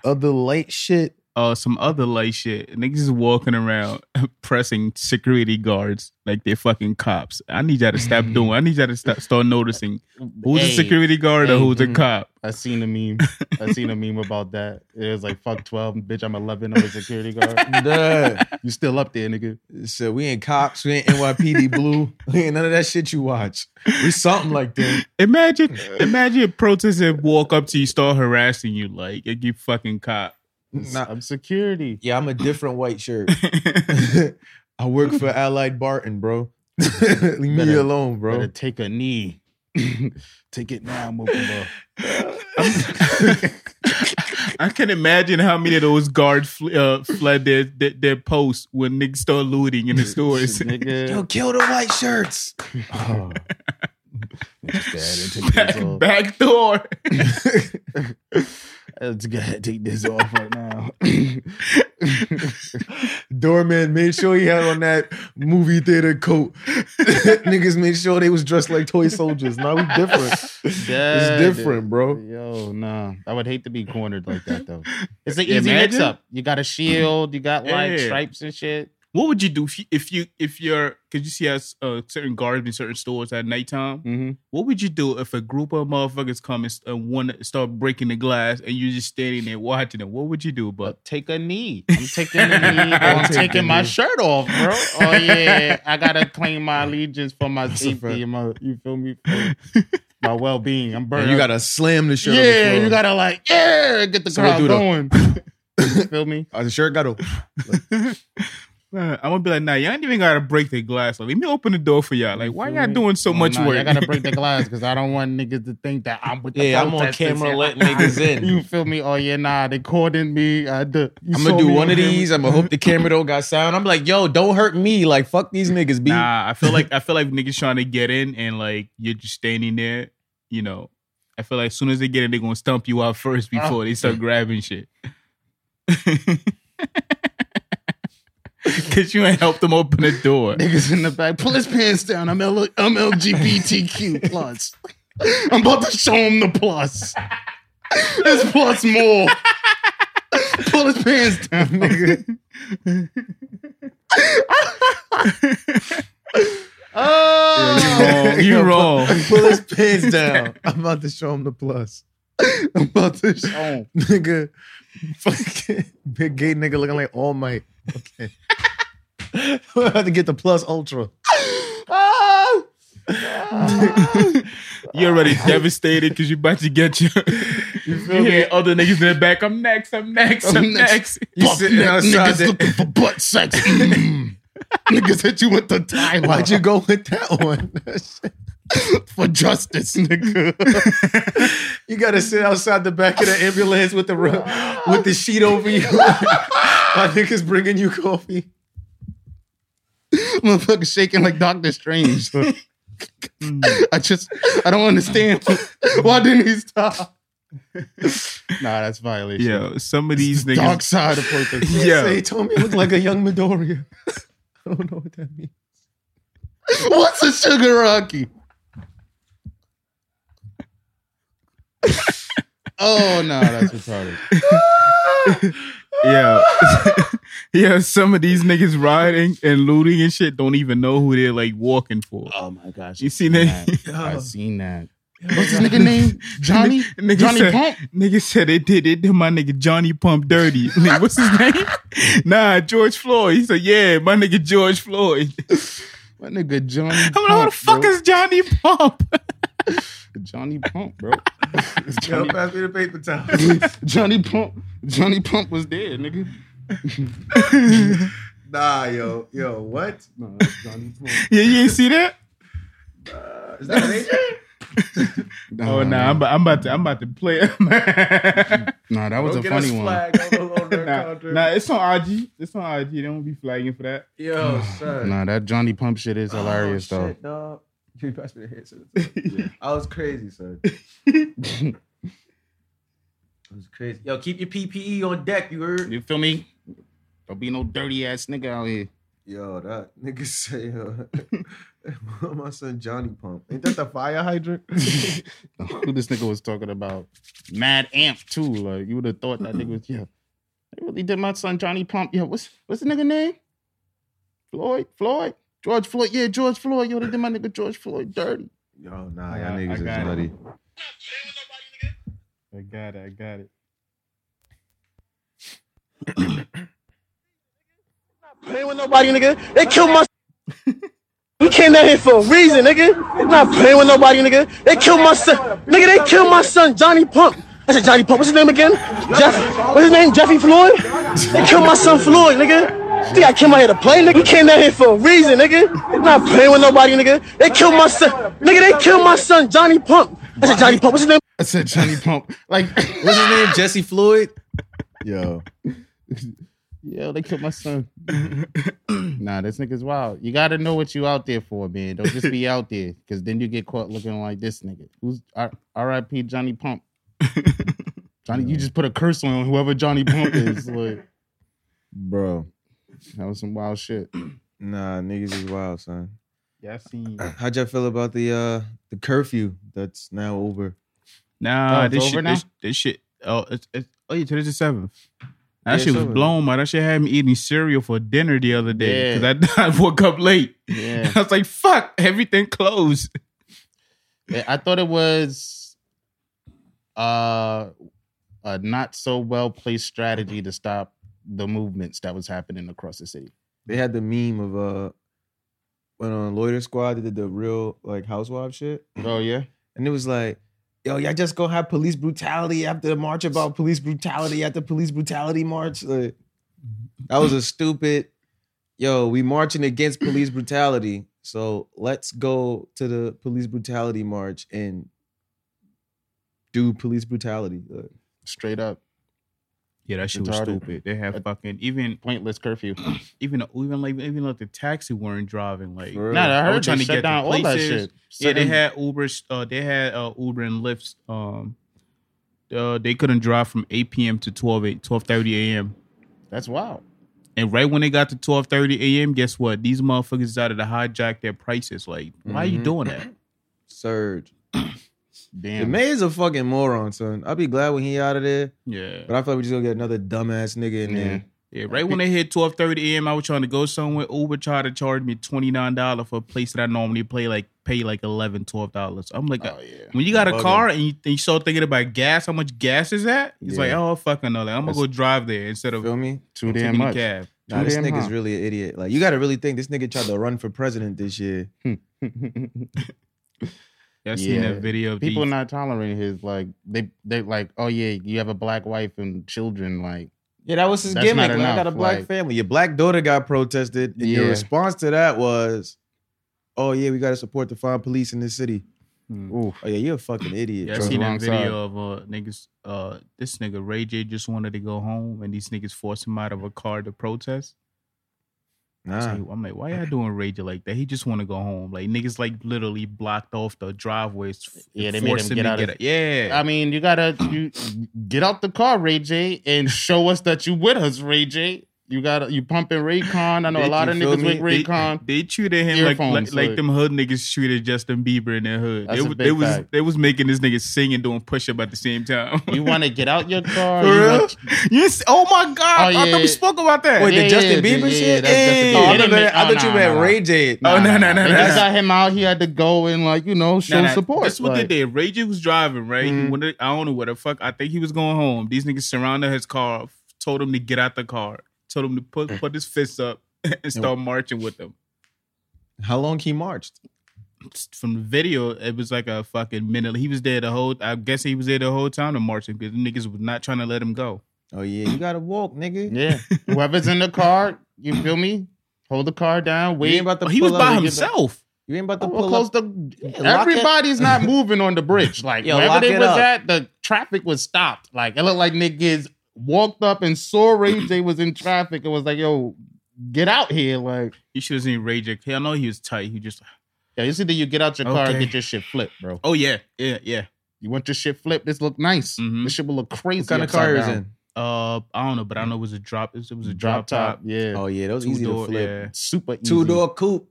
Speaker 2: other light shit.
Speaker 1: uh, some other light shit. Niggas is walking around pressing security guards like they're fucking cops. I need y'all to stop doing. I need y'all to stop, start noticing who's a
Speaker 3: Hey,
Speaker 1: security guard or
Speaker 3: hey,
Speaker 1: who's a
Speaker 3: mm.
Speaker 1: cop.
Speaker 3: I seen a meme. I seen a meme about that. It was like fuck twelve, bitch. I'm eleven. I'm a security guard.
Speaker 2: Duh.
Speaker 3: You still up there, nigga?
Speaker 2: So we ain't cops, we ain't NYPD blue, we ain't none of that shit you watch. We something like that.
Speaker 1: Imagine, imagine if protesters walk up to you, start harassing you like you keep fucking cop.
Speaker 2: Nah,
Speaker 3: I'm security.
Speaker 2: yeah, I'm a different white shirt. I work for Allied Barton, bro. Leave me
Speaker 3: Better-
Speaker 2: alone,
Speaker 3: Bro,
Speaker 2: bro.
Speaker 3: take a knee. take it now, Mukuma.
Speaker 1: I can imagine how many of those guards fl- uh, fled their, their their posts when niggas start looting in the stores.
Speaker 3: nigga. Ah.
Speaker 2: Yo, kill the white shirts. Oh.
Speaker 1: Back, back door.
Speaker 3: Let's go ahead take this off right now.
Speaker 2: Doorman made sure he had on that movie theater coat. Niggas made sure they was dressed like toy soldiers. Now we different.
Speaker 3: Dead.
Speaker 2: It's different, bro.
Speaker 3: Yo, nah. I would hate to be cornered like that though. It's an
Speaker 1: Yeah,
Speaker 3: easy
Speaker 1: imagine.
Speaker 3: mix up. You got a shield, you got like
Speaker 1: Yeah.
Speaker 3: stripes and shit.
Speaker 1: What would you do if you if you if you're because you see how uh, certain guards in certain stores at nighttime?
Speaker 3: Mm-hmm.
Speaker 1: What would you do if a group of motherfuckers come and st- uh, want start breaking the glass and you're just standing there watching them? What would you do? But
Speaker 3: But take a knee. I'm taking a knee. or I'm
Speaker 2: Take a
Speaker 3: taking my
Speaker 2: knee.
Speaker 3: shirt off, bro. Oh yeah, I gotta claim my allegiance for my
Speaker 2: That's a fact.
Speaker 3: safety and my you feel me? For my well being. I'm burning.
Speaker 2: And you gotta slam the shirt. on the
Speaker 3: yeah,
Speaker 2: floor.
Speaker 3: you gotta like yeah, get the
Speaker 2: So
Speaker 3: crowd
Speaker 2: do the-
Speaker 3: going. you feel me?
Speaker 2: Uh, the shirt gotta.
Speaker 1: Man, uh, I'm gonna be like, nah, y'all ain't even gotta break the glass. Like, let me open the door for y'all. Like, why
Speaker 3: feel
Speaker 1: y'all
Speaker 3: me?
Speaker 1: doing so much
Speaker 3: Oh, nah,
Speaker 1: work?
Speaker 3: I gotta break the glass because I don't want niggas to think that I'm with the
Speaker 2: Yeah, I'm on
Speaker 3: protesters.
Speaker 2: camera
Speaker 3: Yeah.
Speaker 2: letting niggas in.
Speaker 3: You feel me? Oh yeah, nah, they cordoned me. I do, you
Speaker 2: I'm gonna
Speaker 3: saw
Speaker 2: do
Speaker 3: me
Speaker 2: one
Speaker 3: on
Speaker 2: of
Speaker 3: camera.
Speaker 2: these. I'm gonna hope the camera don't got sound. I'm like, yo, don't hurt me. Like, fuck these niggas, B.
Speaker 1: Nah, I feel like I feel like niggas trying to get in and like you're just standing there, you know. I feel like as soon as they get in, they're gonna stump you out first before they start grabbing shit. Cause you ain't helped them open the door.
Speaker 3: Niggas in the back, pull his pants down. I'm, L- I'm LGBTQ plus. I'm about to show him the plus. It's plus more. pull his pants down, nigga. oh,
Speaker 1: Yeah, you wrong. You wrong.
Speaker 2: Pull his pants down. I'm about to show him the plus. I'm about to show
Speaker 3: Oh,
Speaker 2: nigga, fucking big gay nigga looking like All Might. Okay. we have to get the plus ultra.
Speaker 3: Ah!
Speaker 1: You already devastated because you about to get your you,
Speaker 3: feel me?
Speaker 1: hear other niggas in the back. I'm next, I'm next, I'm,
Speaker 3: I'm
Speaker 1: next.
Speaker 3: next."
Speaker 2: You
Speaker 3: Buff
Speaker 2: sitting
Speaker 3: neck
Speaker 2: outside
Speaker 3: niggas
Speaker 2: the-
Speaker 3: looking for butt sex. Mm. niggas hit you with the tie
Speaker 2: Why'd you go with that one?
Speaker 3: for justice, nigga.
Speaker 2: you gotta sit outside the back of the ambulance with the ru- with the sheet over you. My nigga's bringing you coffee.
Speaker 3: Motherfucker shaking like Doctor Strange.
Speaker 1: Mm.
Speaker 3: I just, I don't understand. Why didn't he stop? nah, that's violation.
Speaker 1: Yo, some of these niggas.
Speaker 3: Dark side of protest.
Speaker 1: Yeah.
Speaker 2: So he told me I looked like a young Midoriya. I don't know what that means.
Speaker 3: What's a sugar rocky? oh no, that's retarded.
Speaker 1: Yeah. yeah, some of these niggas rioting and looting and shit don't even know who they're like walking for.
Speaker 3: Oh my gosh,
Speaker 1: You seen that?
Speaker 3: I've seen that. What's his nigga name? Johnny?
Speaker 1: Nigga
Speaker 3: Johnny
Speaker 1: said-
Speaker 3: Pump?
Speaker 1: Niggas said they did it to my nigga Johnny Pump Dirty. Nigga, what's his name? nah, George Floyd. He said, yeah, my nigga George Floyd.
Speaker 3: What nigga Johnny? I'm
Speaker 1: I'm like, who the fuck is Johnny Pump?
Speaker 3: Johnny Pump, bro?
Speaker 2: Yo,
Speaker 3: Johnny,
Speaker 2: pass me the paper towel.
Speaker 3: Johnny Pump. Johnny Pump was dead, nigga.
Speaker 2: nah, yo, yo, what?
Speaker 3: No, that's Johnny Pump.
Speaker 1: yeah, you ain't see that?
Speaker 2: Is that an agent?
Speaker 1: Oh nah, I'm, about- I'm about to I'm about to play it. nah,
Speaker 3: nah, that was
Speaker 2: Don't
Speaker 3: a
Speaker 2: get
Speaker 3: funny
Speaker 2: us
Speaker 3: one.
Speaker 2: flagged all over their country.
Speaker 1: nah, it's on IG. It's on IG. They won't be flagging for that.
Speaker 2: Yo, son.
Speaker 3: Nah, that Johnny Pump shit is hilarious
Speaker 2: oh,
Speaker 3: though.
Speaker 2: shit, dog. You passed me the head, son. I was crazy, son. I was crazy. Yo, keep your PPE on deck, you heard?
Speaker 3: You feel me? Don't be no dirty ass nigga out here.
Speaker 2: Yo, that nigga say, yo. My son Johnny Pump. Ain't that the fire hydrant?
Speaker 3: Who this nigga was talking about? Mad Amp too. Like you would have thought that nigga was yeah. They really did my son Johnny Pump. Yo, what's what's the nigga name? Floyd? Floyd? George Floyd. Yeah, George Floyd. Yo, they did my nigga George Floyd dirty.
Speaker 2: Yo, nah,
Speaker 1: I
Speaker 2: y'all
Speaker 1: got- I
Speaker 2: niggas is
Speaker 1: got it.
Speaker 2: nutty.
Speaker 1: I got it. I got it.
Speaker 4: Playing with nobody, nigga. They killed my. we came down here for a reason, nigga. I'm not playing with nobody, nigga. They killed my son, nigga. They killed my son, Johnny Pump. I said Johnny Pump. What's his name again? Jeff. What's his name? Jeffy Floyd. They killed my son Floyd, nigga. Think I came out here to play, nigga. We came down here for a reason, nigga. I'm not playing with nobody, nigga. They killed my son, nigga. They killed my son, Johnny Pump. I said Johnny Pump. What's his name?
Speaker 3: I said Johnny Pump. Like,
Speaker 2: What's his name? Jesse Floyd? Yo.
Speaker 3: yo, they killed my son. nah, this nigga's wild. You gotta know what you out there for, man. Don't just be out there, because then you get caught looking like this nigga. Who's R- R.I.P. Johnny Pump? Johnny, you just put a curse on whoever Johnny Pump is. Like,
Speaker 2: Bro.
Speaker 3: that was some wild shit.
Speaker 2: Nah, niggas is wild, son.
Speaker 1: Yeah, I seen.
Speaker 2: How'd y'all feel about the uh the curfew that's now over?
Speaker 1: Nah,
Speaker 3: Oh, it's
Speaker 1: this
Speaker 3: over
Speaker 1: shit.
Speaker 3: now?
Speaker 1: This, this shit. Oh, it's, it's, oh yeah, today's the seventh. That
Speaker 2: Yeah, it's
Speaker 1: shit was
Speaker 2: over.
Speaker 1: blown, man. That shit had me eating cereal for dinner the other day
Speaker 3: Yeah.
Speaker 1: because I, I woke up late.
Speaker 3: Yeah.
Speaker 1: I was like, "Fuck, everything closed."
Speaker 3: Yeah, I thought it was uh, a not so well placed strategy to stop the movements that was happening across the city.
Speaker 2: They had the meme of uh when on Loiter Squad they did the real like housewife shit.
Speaker 3: Oh yeah,
Speaker 2: And it was like, yo, y'all just gonna have police brutality after the march about police brutality after police brutality march. Like, that was a stupid, yo, we marching against police brutality. So let's go to the police brutality march and do police brutality. Like,
Speaker 3: straight up
Speaker 1: Yeah, that shit was
Speaker 3: Retarded.
Speaker 1: stupid. They had fucking even
Speaker 3: pointless curfew. no,
Speaker 1: even even like even like the taxi weren't driving. Like,
Speaker 2: For real.
Speaker 3: nah, I
Speaker 1: I
Speaker 3: heard
Speaker 1: was trying
Speaker 3: they
Speaker 1: to
Speaker 3: shut
Speaker 1: get
Speaker 3: down
Speaker 1: to
Speaker 3: all that
Speaker 1: places.
Speaker 3: shit.
Speaker 1: yeah, they
Speaker 3: Certain-
Speaker 1: had Uber. Uh, they had uh, Uber and Lyft. Um, uh, they couldn't drive from eight p.m. to 12, 12.30 a.m.
Speaker 3: That's wild.
Speaker 1: And right when they got to twelve thirty a.m., guess what? These motherfuckers decided to hijack their prices. Like, why are you
Speaker 3: Mm-hmm.
Speaker 2: Mhm.
Speaker 1: doing that?
Speaker 2: surge. The
Speaker 3: Damn.
Speaker 2: mayor's a fucking moron, son. I'll be glad when he out of there,
Speaker 1: Yeah,
Speaker 2: but I feel like we just gonna get another dumbass nigga in there.
Speaker 1: yeah. Right when they hit twelve thirty a.m., I was trying to go somewhere. Uber tried to charge me twenty nine dollar for a place that I normally pay like pay like 11 dollars. I'm like,
Speaker 3: Oh yeah.
Speaker 1: when you got a
Speaker 2: Bugging.
Speaker 1: car and you, and you start thinking about gas, how much gas is that? It's
Speaker 2: Yeah.
Speaker 1: like, oh fucking no, like, I'm gonna go drive there instead of
Speaker 2: Feel me?
Speaker 3: Too damn
Speaker 1: taking a
Speaker 3: much.
Speaker 1: cab.
Speaker 2: Nah,
Speaker 3: Too
Speaker 2: this
Speaker 3: damn
Speaker 2: nigga's
Speaker 3: hot.
Speaker 2: really an idiot. Like, you gotta really think this nigga tried to run for president this year.
Speaker 1: I seen
Speaker 3: Yeah.
Speaker 1: that video of
Speaker 3: People
Speaker 1: these-
Speaker 3: not tolerating his like they they like oh yeah you have a black wife and children like
Speaker 2: Yeah, that was his
Speaker 3: That's
Speaker 2: gimmick.
Speaker 3: not
Speaker 2: Like, I got a
Speaker 3: enough,
Speaker 2: black
Speaker 3: like-
Speaker 2: family. Your black daughter got protested, and your
Speaker 3: Yeah.
Speaker 2: response to that was, "Oh yeah, we got to support the fine police in this city."
Speaker 1: Mm.
Speaker 3: ooh
Speaker 2: Oh yeah, you're a fucking idiot.
Speaker 1: Yeah, I
Speaker 2: bro.
Speaker 3: Chose
Speaker 1: seen that
Speaker 3: wrong
Speaker 1: video
Speaker 3: side.
Speaker 1: of uh niggas uh this nigga Ray J just wanted to go home and these niggas forced him out of a car to protest. I
Speaker 3: Ah.
Speaker 2: nah,
Speaker 1: am like, why y'all doing Ray J like that? He just wanna go home. Like niggas like literally blocked off the driveways. f-
Speaker 3: Yeah, they made
Speaker 1: forced
Speaker 3: him get
Speaker 1: to
Speaker 3: out of-
Speaker 1: a- Yeah.
Speaker 3: I mean, you gotta you get out the car, Ray J, and show us that you with us, Ray J. You gotta you pumping Raycon. I know a
Speaker 2: Did
Speaker 3: lot
Speaker 2: you
Speaker 3: of
Speaker 2: feel
Speaker 3: niggas
Speaker 2: me?
Speaker 3: with Raycon.
Speaker 1: They, they treated him like, like
Speaker 3: Earphones,
Speaker 1: like
Speaker 3: like-
Speaker 1: them hood niggas treated Justin Bieber in their hood. They,
Speaker 3: That's a
Speaker 1: was-
Speaker 3: big
Speaker 1: they was
Speaker 3: fact.
Speaker 1: they was making this nigga sing and doing push up at the same time.
Speaker 3: You want to get out your car?
Speaker 1: For
Speaker 3: you
Speaker 1: real?
Speaker 3: want-
Speaker 1: Yes. Oh my God!
Speaker 3: Oh,
Speaker 1: I thought
Speaker 3: yeah.
Speaker 1: we spoke about that.
Speaker 2: wait,
Speaker 3: Yeah,
Speaker 2: the
Speaker 3: yeah,
Speaker 2: Justin
Speaker 3: yeah,
Speaker 2: Bieber
Speaker 3: yeah,
Speaker 2: shit?
Speaker 3: that's Justin
Speaker 2: Oh,
Speaker 3: Bieber.
Speaker 2: I thought,
Speaker 3: They didn't
Speaker 2: that- I
Speaker 3: make-
Speaker 2: thought
Speaker 3: oh,
Speaker 2: you
Speaker 3: nah,
Speaker 2: meant
Speaker 3: nah,
Speaker 2: Ray J.
Speaker 1: Oh, no, no, no,
Speaker 3: They
Speaker 1: no,
Speaker 3: just
Speaker 1: no.
Speaker 3: got him out. He had to go and like you know show
Speaker 1: Nah, nah,
Speaker 3: support.
Speaker 1: This is what they
Speaker 3: like,
Speaker 1: did. Ray J was driving, right? He
Speaker 2: Mm-hmm.
Speaker 3: Mhm.
Speaker 1: wanted- I don't know what the fuck. I think he was going home. These niggas surrounded his car, told him to get out the car, told him to put
Speaker 2: Mm.
Speaker 1: put his fists up and start marching with them.
Speaker 2: How long he marched?
Speaker 1: From the video, it was like a fucking minute. He was there the whole. I guess he was there the whole time to marching because niggas was not trying to let him go.
Speaker 2: Oh yeah, you gotta walk, nigga.
Speaker 3: Yeah, whoever's in the car, you feel me? Hold the car down.
Speaker 2: You ain't
Speaker 3: Wait.
Speaker 2: about to
Speaker 1: he was
Speaker 2: pull up
Speaker 1: by
Speaker 2: and get back-
Speaker 1: himself.
Speaker 2: You ain't about to
Speaker 3: Oh,
Speaker 2: pull
Speaker 3: close
Speaker 2: up.
Speaker 3: the-
Speaker 2: Yeah, lock it-
Speaker 3: everybody's not moving on the bridge. Like
Speaker 2: Yo,
Speaker 3: wherever
Speaker 2: lock
Speaker 3: they
Speaker 2: it
Speaker 3: was
Speaker 2: up.
Speaker 3: at, the traffic was stopped. Like it looked like niggas walked up and saw Ray J was in traffic and was like, "Yo, get out here!" Like,
Speaker 1: You should have seen Ray J. I know he was tight. He just.
Speaker 3: yeah, it's either you get out your car and
Speaker 1: Okay.
Speaker 3: get your shit flipped, bro.
Speaker 1: Oh yeah, yeah, yeah.
Speaker 3: You want your shit flipped? This look nice.
Speaker 1: Mhm.
Speaker 3: This shit will look crazy.
Speaker 2: Mm-hmm. What kind of car he was
Speaker 3: upside down.
Speaker 2: in?
Speaker 1: Uh, I don't know, but I know it was a drop. It was a drop,
Speaker 3: Drop top, yeah,
Speaker 2: Oh yeah, that was
Speaker 1: Two
Speaker 2: easy to
Speaker 1: door,
Speaker 2: flip.
Speaker 1: yeah.
Speaker 3: super easy.
Speaker 2: Two door coupe.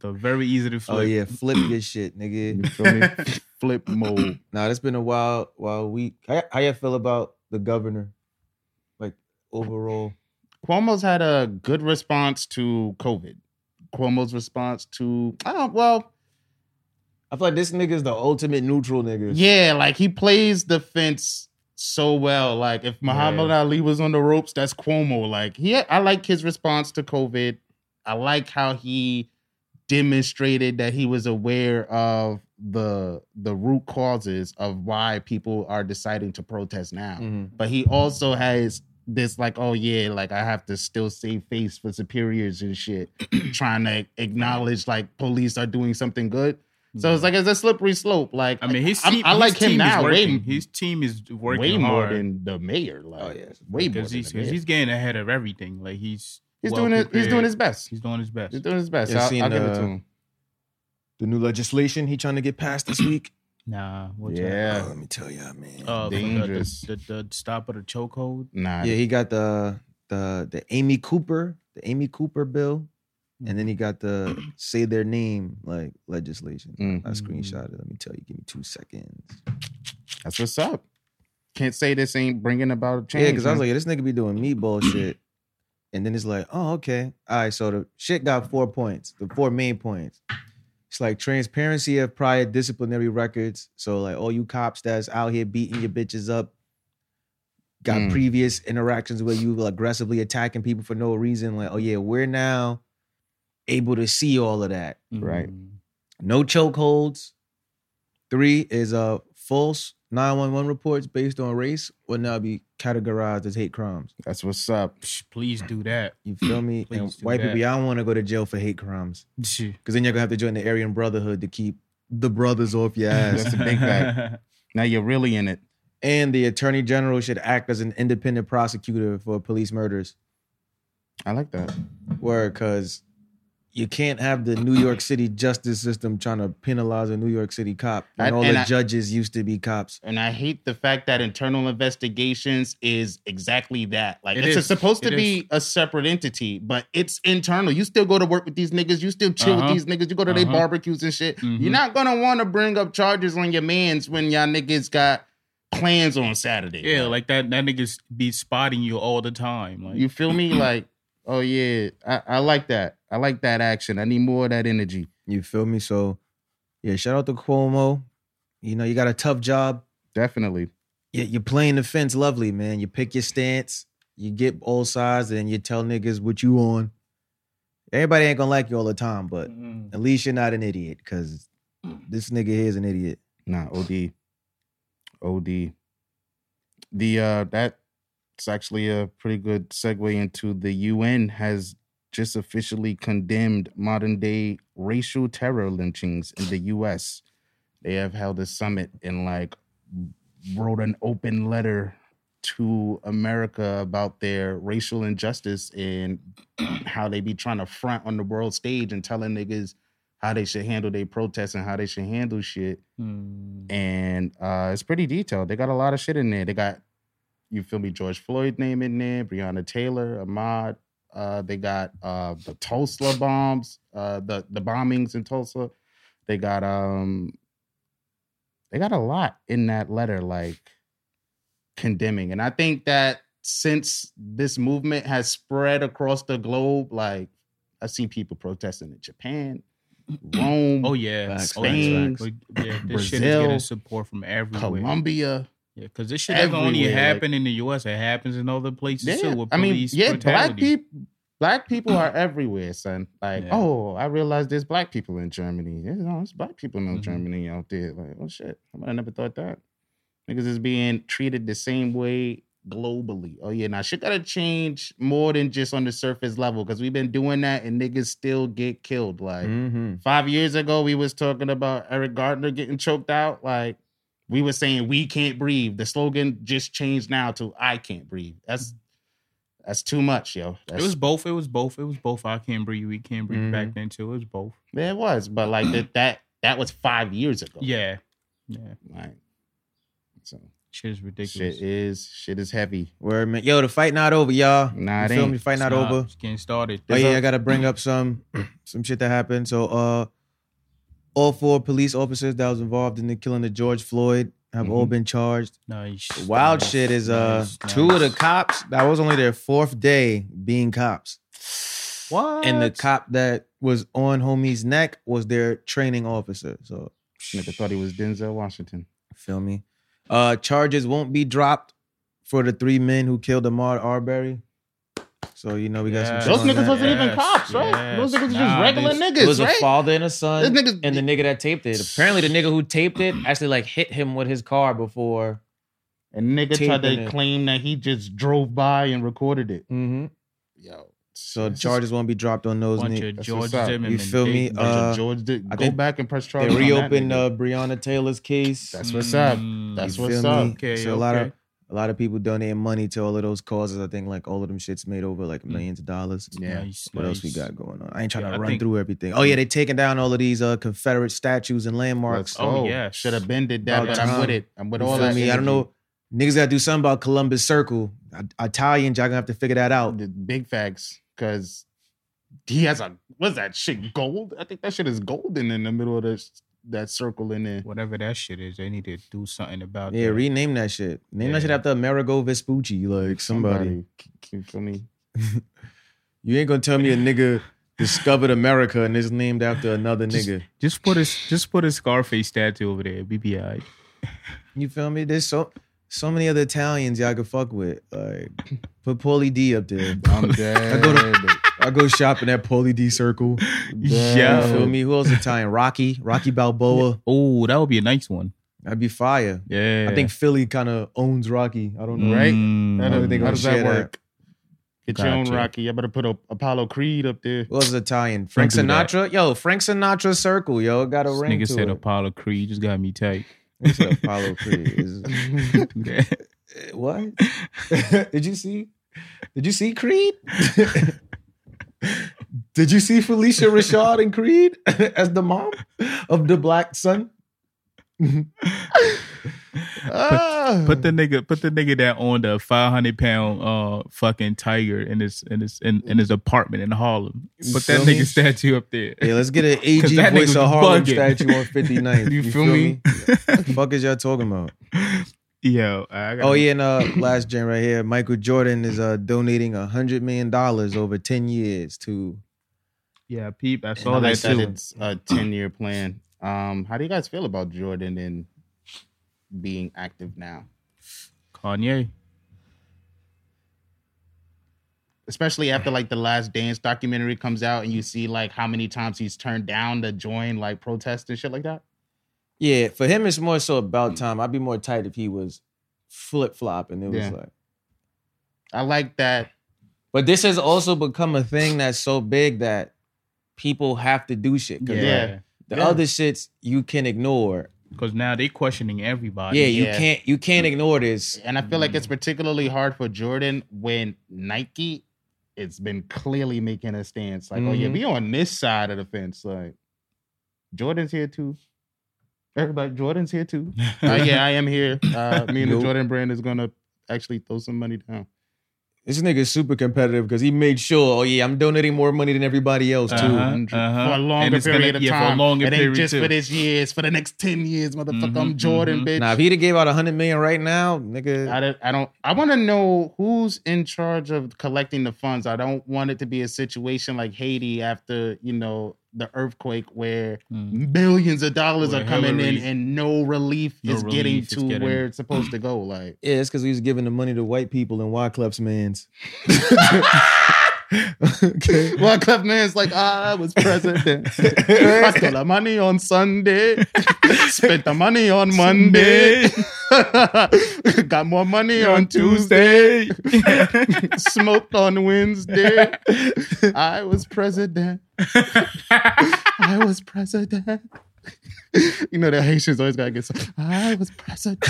Speaker 1: The very easy to flip.
Speaker 2: Oh yeah, flip your shit, nigga.
Speaker 3: You feel me? flip mode.
Speaker 2: Nah, it's been a wild, wild week. How, how you feel about the governor? Like, overall?
Speaker 3: Cuomo's had a good response to COVID. Cuomo's response to I don't well,
Speaker 2: I feel like this nigga's the ultimate neutral nigga.
Speaker 3: yeah, like he plays the fence so well. Like if Muhammad Ali was on the ropes, that's Cuomo. Like he, I like his response to COVID. I like how he demonstrated that he was aware of the the root causes of why people are deciding to protest now.
Speaker 2: Mhm.
Speaker 3: but he also has this like oh yeah like i have to still save face for superiors and shit trying to acknowledge like police are doing something good so it's like it's a slippery slope like
Speaker 1: I mean, his
Speaker 3: I'm-
Speaker 1: team,
Speaker 3: i
Speaker 1: his
Speaker 3: like him
Speaker 1: team is
Speaker 3: now way,
Speaker 1: working. his team is working
Speaker 3: way more
Speaker 1: hard
Speaker 3: than the mayor like
Speaker 2: Oh, yes.
Speaker 3: way more
Speaker 1: because
Speaker 3: than
Speaker 1: he's,
Speaker 3: the mayor.
Speaker 1: 'cause he's getting ahead of everything. Like he's
Speaker 3: He's
Speaker 1: well
Speaker 3: doing it he's
Speaker 1: prepared.
Speaker 3: doing his best
Speaker 1: He's doing his best.
Speaker 3: he's doing his best
Speaker 2: Yeah,
Speaker 3: I'll,
Speaker 2: seen,
Speaker 3: I'll give it
Speaker 2: uh,
Speaker 3: to him
Speaker 2: The new legislation he trying to get passed this week.
Speaker 1: Nah, what's
Speaker 3: yeah
Speaker 2: Oh, let me tell y'all, man.
Speaker 1: That? Uh, the-
Speaker 3: Dangerous.
Speaker 1: The, the, the stop of the chokehold.
Speaker 3: nah
Speaker 2: yeah, he got the the the Amy Cooper, the Amy Cooper bill, and then he got the say their name like legislation.
Speaker 3: Mm.
Speaker 2: I screenshot it. Let me tell you. Give me two seconds.
Speaker 3: that's what's up can't say this ain't bringing about a change
Speaker 2: Yeah, because I was
Speaker 3: man.
Speaker 2: like, yeah, this nigga be doing meatball shit. And then it's like, oh, okay. All right, so the shit got four points, the four main points. It's like transparency of prior disciplinary records. So, like, all you cops that's out here beating your bitches up got
Speaker 3: Mm.
Speaker 2: previous interactions where you were aggressively attacking people for no reason. Like, oh, yeah, we're now able to see all of that.
Speaker 3: Right.
Speaker 1: Mhm.
Speaker 2: No chokeholds. Three is uh, false 911 reports based on race will now be categorized as hate crimes.
Speaker 3: that's what's up
Speaker 1: Psh, Please do that.
Speaker 2: You feel me?
Speaker 1: Please
Speaker 2: and
Speaker 1: do
Speaker 2: white
Speaker 1: that.
Speaker 2: people, y'all want to go to jail for hate crimes.
Speaker 1: Psh.
Speaker 2: Because then you're going to have to join the Aryan Brotherhood to keep the brothers off your ass.
Speaker 3: That's a big bag. now you're really in it
Speaker 2: and the attorney general should act as an independent prosecutor for police murders.
Speaker 3: i like that
Speaker 2: Word, because you can't have the New York City justice system trying to penalize a New York City cop. And,
Speaker 3: And-
Speaker 2: all
Speaker 3: and
Speaker 2: the
Speaker 3: I-
Speaker 2: judges used to be cops.
Speaker 3: and I hate the fact that internal investigations is exactly that. Like
Speaker 1: It
Speaker 3: it's
Speaker 1: is.
Speaker 3: supposed to
Speaker 1: It
Speaker 3: be a separate entity, but it's internal. You still go to work with these niggas. You still chill
Speaker 1: Uh-huh.
Speaker 3: with these niggas. You go to their
Speaker 1: Uh-huh.
Speaker 3: barbecues and shit.
Speaker 1: Mhm.
Speaker 3: You're not gonna want to bring up charges on your man's when y'all niggas got plans on Saturday.
Speaker 1: Yeah, like that. That niggas be spotting you all the time. Like
Speaker 3: you feel me? like oh yeah, I, I like that. I like that action. I need more of that energy.
Speaker 2: You feel me? So, yeah, shout out to Cuomo. You know, you got a tough job.
Speaker 3: Definitely.
Speaker 2: you- you're playing the fence lovely, man. You pick your stance, you get all sides, and you tell niggas what you on. Everybody ain't gonna like you all the time, but
Speaker 1: Mhm.
Speaker 2: at least you're not an idiot, because this nigga here is an idiot.
Speaker 3: Nah, OD. OD. The uh that's actually a pretty good segue into the UN has just officially condemned modern day racial terror lynchings in the US. They have held a summit and like wrote an open letter to America about their racial injustice and how they be trying to front on the world stage and telling niggas how they should handle their protests and how they should handle shit
Speaker 1: Mm.
Speaker 3: and uh, it's pretty detailed. They got a lot of shit in there. They got, you feel me, George Floyd name in there, Breonna Taylor, Ahmad. Uh, they got uh, the Tulsa bombs, uh, the the bombings in Tulsa. They got um, they got a lot in that letter, like condemning. And I think that since this movement has spread across the globe, like I've seen people protesting in Japan, Rome,
Speaker 1: Oh yeah,
Speaker 2: Facts,
Speaker 1: Oh, yeah.
Speaker 3: facts,
Speaker 1: But, yeah, this shit is
Speaker 3: Brazil,
Speaker 1: getting support from everywhere.
Speaker 3: Colombia.
Speaker 1: Yeah, because this shit doesn't only
Speaker 3: Everywhere, like-
Speaker 1: happen in the U.S. It happens in other places
Speaker 3: Yeah,
Speaker 1: too. With
Speaker 3: I mean,
Speaker 1: police
Speaker 3: yeah, black
Speaker 1: brutality.
Speaker 3: people, black people are everywhere, son. Like,
Speaker 1: Yeah.
Speaker 3: oh, I realized there's black people in Germany. Yeah, no, there's black people in
Speaker 1: Mhm.
Speaker 3: Germany out there. Like, oh shit, I might have never thought that. Niggas is being treated the same way globally. Oh yeah, now shit gotta change more than just on the surface level because we've been doing that and niggas still get killed. Like,
Speaker 2: Mm-hmm.
Speaker 3: Five years ago, we was talking about Eric Gardner getting choked out. Like we were saying, we can't breathe. The slogan just changed now to I can't breathe. That's that's too much, yo.
Speaker 1: It
Speaker 3: That's, Mm-hmm.
Speaker 1: was both. It was both. It was both. I can't breathe. We can't breathe. Back then too. It was both.
Speaker 3: yeah, it was, but like that that that was five years ago.
Speaker 1: Yeah, yeah.
Speaker 3: like so
Speaker 1: Shit is ridiculous.
Speaker 3: shit is shit is heavy.
Speaker 2: Word, man. Yo, the fight not over, y'all.
Speaker 3: Nah,
Speaker 2: you
Speaker 3: it
Speaker 2: feel
Speaker 3: ain't.
Speaker 2: me? Fight not
Speaker 1: Nah,
Speaker 2: over.
Speaker 1: It's getting started.
Speaker 2: Oh
Speaker 3: There's
Speaker 2: yeah,
Speaker 3: a-
Speaker 2: I gotta bring up some some shit that happened. So uh all four police officers that was involved in the killing of George Floyd have
Speaker 3: Mm-hmm.
Speaker 2: all been charged.
Speaker 1: Nice.
Speaker 2: The wild shit is uh two of the cops. That was only their fourth day being cops,
Speaker 1: What?
Speaker 2: and the cop that was on homie's neck was their training officer. So
Speaker 3: Nigga thought he was Denzel Washington.
Speaker 2: feel me. Uh, charges won't be dropped for the three men who killed Ahmad Arbery. So you know we got
Speaker 1: Yes.
Speaker 2: some. shit
Speaker 3: Those
Speaker 2: on
Speaker 3: niggas
Speaker 2: that.
Speaker 3: wasn't even
Speaker 1: Yes,
Speaker 3: cops, right?
Speaker 1: yes.
Speaker 3: Those niggas was just
Speaker 1: Nah,
Speaker 3: regular
Speaker 1: these-
Speaker 3: niggas,
Speaker 5: It was a
Speaker 3: right?
Speaker 5: father and a son,
Speaker 3: This nigga's-
Speaker 5: and the nigga that taped it. Apparently, the nigga who taped it actually like hit him with his car before.
Speaker 3: And nigga tried
Speaker 5: Taping
Speaker 3: to
Speaker 5: it.
Speaker 3: claim that he just drove by and recorded it.
Speaker 2: Mhm.
Speaker 3: Yo,
Speaker 2: So
Speaker 3: This is-
Speaker 2: charges won't be dropped on those.
Speaker 1: bunch
Speaker 2: niggas.
Speaker 1: of
Speaker 3: That's
Speaker 1: George
Speaker 3: what's up.
Speaker 1: Zimmerman.
Speaker 2: You feel me?
Speaker 1: big-
Speaker 3: Bunch of
Speaker 2: Uh,
Speaker 3: George did
Speaker 2: I
Speaker 3: go
Speaker 2: think
Speaker 3: back and press charges.
Speaker 2: They
Speaker 3: on that
Speaker 2: reopened
Speaker 3: nigga.
Speaker 2: uh, Breonna Taylor's case.
Speaker 3: That's what's up.
Speaker 1: Mm.
Speaker 3: That's
Speaker 2: You
Speaker 3: what's
Speaker 2: feel
Speaker 3: up.
Speaker 2: me?
Speaker 1: Okay,
Speaker 2: so a lot
Speaker 1: okay.
Speaker 2: of a lot of people donating money to all of those causes. I think like all of them shits made over
Speaker 3: Mm.
Speaker 2: like millions of dollars.
Speaker 3: Yeah.
Speaker 1: Nice,
Speaker 2: What else we
Speaker 1: nice.
Speaker 2: got going on? I ain't trying
Speaker 1: Yeah,
Speaker 2: to
Speaker 1: I
Speaker 2: run
Speaker 1: think-
Speaker 2: through everything. Oh yeah, they taking down all of these uh, Confederate statues and landmarks.
Speaker 3: Let's
Speaker 1: Oh,
Speaker 3: go.
Speaker 1: yes.
Speaker 3: should have been did that,
Speaker 2: About
Speaker 3: but I'm
Speaker 2: time.
Speaker 3: with it. I'm with
Speaker 2: You
Speaker 3: oh, all
Speaker 2: feel
Speaker 3: that.
Speaker 2: me? I don't know. Niggas gotta do something about Columbus Circle. I- Italians, y'all gonna have to figure that out.
Speaker 3: the big facts because he has a what's that shit gold? I think that shit is golden in the middle of this that circle in there.
Speaker 1: Whatever that shit is, they need to do something about
Speaker 2: Yeah,
Speaker 1: that.
Speaker 2: rename that shit. Name that shit
Speaker 1: Yeah.
Speaker 2: after Amerigo Vespucci, like somebody.
Speaker 3: you feel me?
Speaker 2: You ain't gonna tell me a nigga discovered America and is named after another nigga.
Speaker 1: Just put a just put a Scarface statue over there. BBI.
Speaker 2: You feel me? There's so so many other Italians y'all could fuck with. Like put Paulie D up there.
Speaker 3: I'm dead.
Speaker 2: go I go shopping at Paulie D Circle. You
Speaker 1: Yeah.
Speaker 2: feel me? Who else Italian? Rocky, Rocky Balboa.
Speaker 1: Oh, that would be a nice one.
Speaker 2: That'd be fire.
Speaker 1: Yeah.
Speaker 2: I think Philly kind of owns Rocky. I don't know.
Speaker 3: Right?
Speaker 1: Mm.
Speaker 3: How,
Speaker 2: don't
Speaker 3: does-
Speaker 2: think
Speaker 3: how
Speaker 2: I'll
Speaker 3: does that
Speaker 2: share that.
Speaker 3: work? Get your own
Speaker 1: Gotcha.
Speaker 3: Rocky. I better put a, Apollo Creed up there.
Speaker 2: Who else is Italian? Frank
Speaker 1: do that.
Speaker 2: Sinatra. Yo, Frank Sinatra Circle. Yo, got a
Speaker 1: This
Speaker 2: ring
Speaker 1: nigga
Speaker 2: to
Speaker 1: said
Speaker 2: it.
Speaker 1: Apollo Creed just got me tight.
Speaker 2: He said Apollo Creed. Is-
Speaker 1: Do that.
Speaker 2: what? Did you see? Did you see Creed? Did you see Felicia Rashad in Creed as the mom of the black son?
Speaker 3: Ah.
Speaker 1: Put the nigga, put the nigga that owned a five hundred pound uh fucking tiger in his in his in, in his apartment in Harlem. Put that
Speaker 2: feel me?
Speaker 1: nigga statue up there.
Speaker 2: Yeah, let's get an AG
Speaker 1: 'Cause that nigga
Speaker 2: voice
Speaker 1: was
Speaker 2: of Harlem
Speaker 1: bugging.
Speaker 2: statue on 59th.
Speaker 1: You feel me?
Speaker 2: fuck is y'all talking about?
Speaker 1: Yo, I got
Speaker 2: Oh yeah, and uh, last gen right here, Michael Jordan is uh donating a hundred million dollars over ten years to
Speaker 1: yeah, peep. I
Speaker 3: I
Speaker 1: saw
Speaker 3: like
Speaker 1: that
Speaker 3: that
Speaker 1: too.
Speaker 3: it's a ten year plan. Um, how do you guys feel about Jordan and being active now?
Speaker 1: Kanye.
Speaker 3: especially after like the last dance documentary comes out and you see like how many times he's turned down to join like protests and shit like that.
Speaker 2: Yeah, for him, it's more so
Speaker 3: Mm.
Speaker 2: about time. I'd be more tight if he was flip flop and it was
Speaker 3: Yeah.
Speaker 2: like.
Speaker 3: I like that.
Speaker 2: But this has also become a thing that's so big that people have to do shit. 'Cause,
Speaker 1: Yeah.
Speaker 2: like,
Speaker 3: Yeah.
Speaker 2: the
Speaker 3: Yeah.
Speaker 2: other shits you can ignore.
Speaker 1: Because now they questioning everybody.
Speaker 2: Yeah, you
Speaker 3: yeah.
Speaker 2: can't. You can't ignore this.
Speaker 3: And I feel like it's particularly hard for Jordan when Nike it's been clearly making a stance like, oh yeah,
Speaker 2: Mhm.
Speaker 3: we on this side of the fence. Like Jordan's here too. Everybody, Jordan's here too. Uh, yeah, I am here. Uh, me and the
Speaker 2: Nope.
Speaker 3: Jordan brand is gonna actually throw some money down.
Speaker 2: This nigga's super competitive because he made sure. Oh yeah, I'm donating more money than everybody else too.
Speaker 1: Uh-huh,
Speaker 3: for
Speaker 1: uh-huh.
Speaker 3: a
Speaker 1: And
Speaker 3: longer
Speaker 1: it's gonna-
Speaker 3: period of
Speaker 1: yeah, for a
Speaker 3: time.
Speaker 1: longer
Speaker 3: it ain't
Speaker 1: period,
Speaker 3: just
Speaker 1: too.
Speaker 3: for this year. It's for the next ten years, motherfucker.
Speaker 1: Mhm,
Speaker 3: I'm Jordan,
Speaker 1: mhm.
Speaker 3: bitch.
Speaker 2: Now if he'd have gave out a hundred million right now, nigga,
Speaker 3: I don't. I, don't, I want to know who's in charge of collecting the funds. I don't want it to be a situation like Haiti after you know the earthquake where
Speaker 1: Mm.
Speaker 3: millions of dollars
Speaker 1: Where
Speaker 3: are coming
Speaker 1: Hillary-
Speaker 3: in and no relief
Speaker 1: No
Speaker 3: is
Speaker 1: relief
Speaker 3: getting
Speaker 1: is
Speaker 3: to
Speaker 1: getting-
Speaker 3: where it's supposed to go. Like
Speaker 2: Yeah, it's because he was giving the money to white people and Y Club's mans. okay.
Speaker 3: Well, Club Man's like, "Ah, I was president. I stole the money on Sunday, spent the money on Monday, got more money on Tuesday, smoked on Wednesday. I was president. I was president. You know, the Haitians always gotta get some. I was president.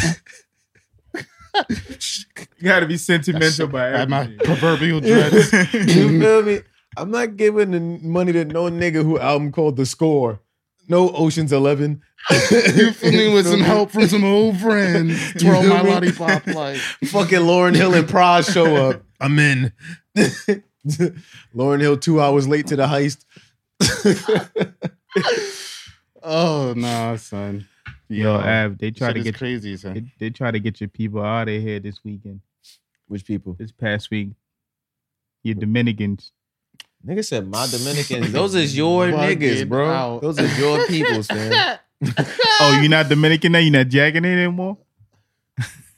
Speaker 1: you gotta be sentimental by
Speaker 3: At my
Speaker 1: everything.
Speaker 3: proverbial dress.
Speaker 2: You feel me? I'm not giving the money to no nigga who album called The Score. No Ocean's Eleven.
Speaker 3: You feel me? With some help from some old friends. Twirl
Speaker 2: feel
Speaker 3: my
Speaker 2: me?
Speaker 3: lollipop like.
Speaker 2: Fucking Lauren Hill and Pride show up. I'm in. Lauren Hill two hours late to the heist.
Speaker 3: Oh no, son.
Speaker 1: Yo, Av, they try
Speaker 3: Shit
Speaker 1: to
Speaker 3: is
Speaker 1: get
Speaker 3: crazy, son.
Speaker 1: they, they try to get your people out of here this weekend.
Speaker 2: Which people?
Speaker 1: This past week, your Dominicans.
Speaker 2: Nigga said my Dominicans. Those is your
Speaker 3: Bug
Speaker 2: niggas,
Speaker 3: it
Speaker 2: bro.
Speaker 3: out.
Speaker 2: Those is your peoples, man.
Speaker 1: Oh, you're not Dominican now. You're not jacking it anymore.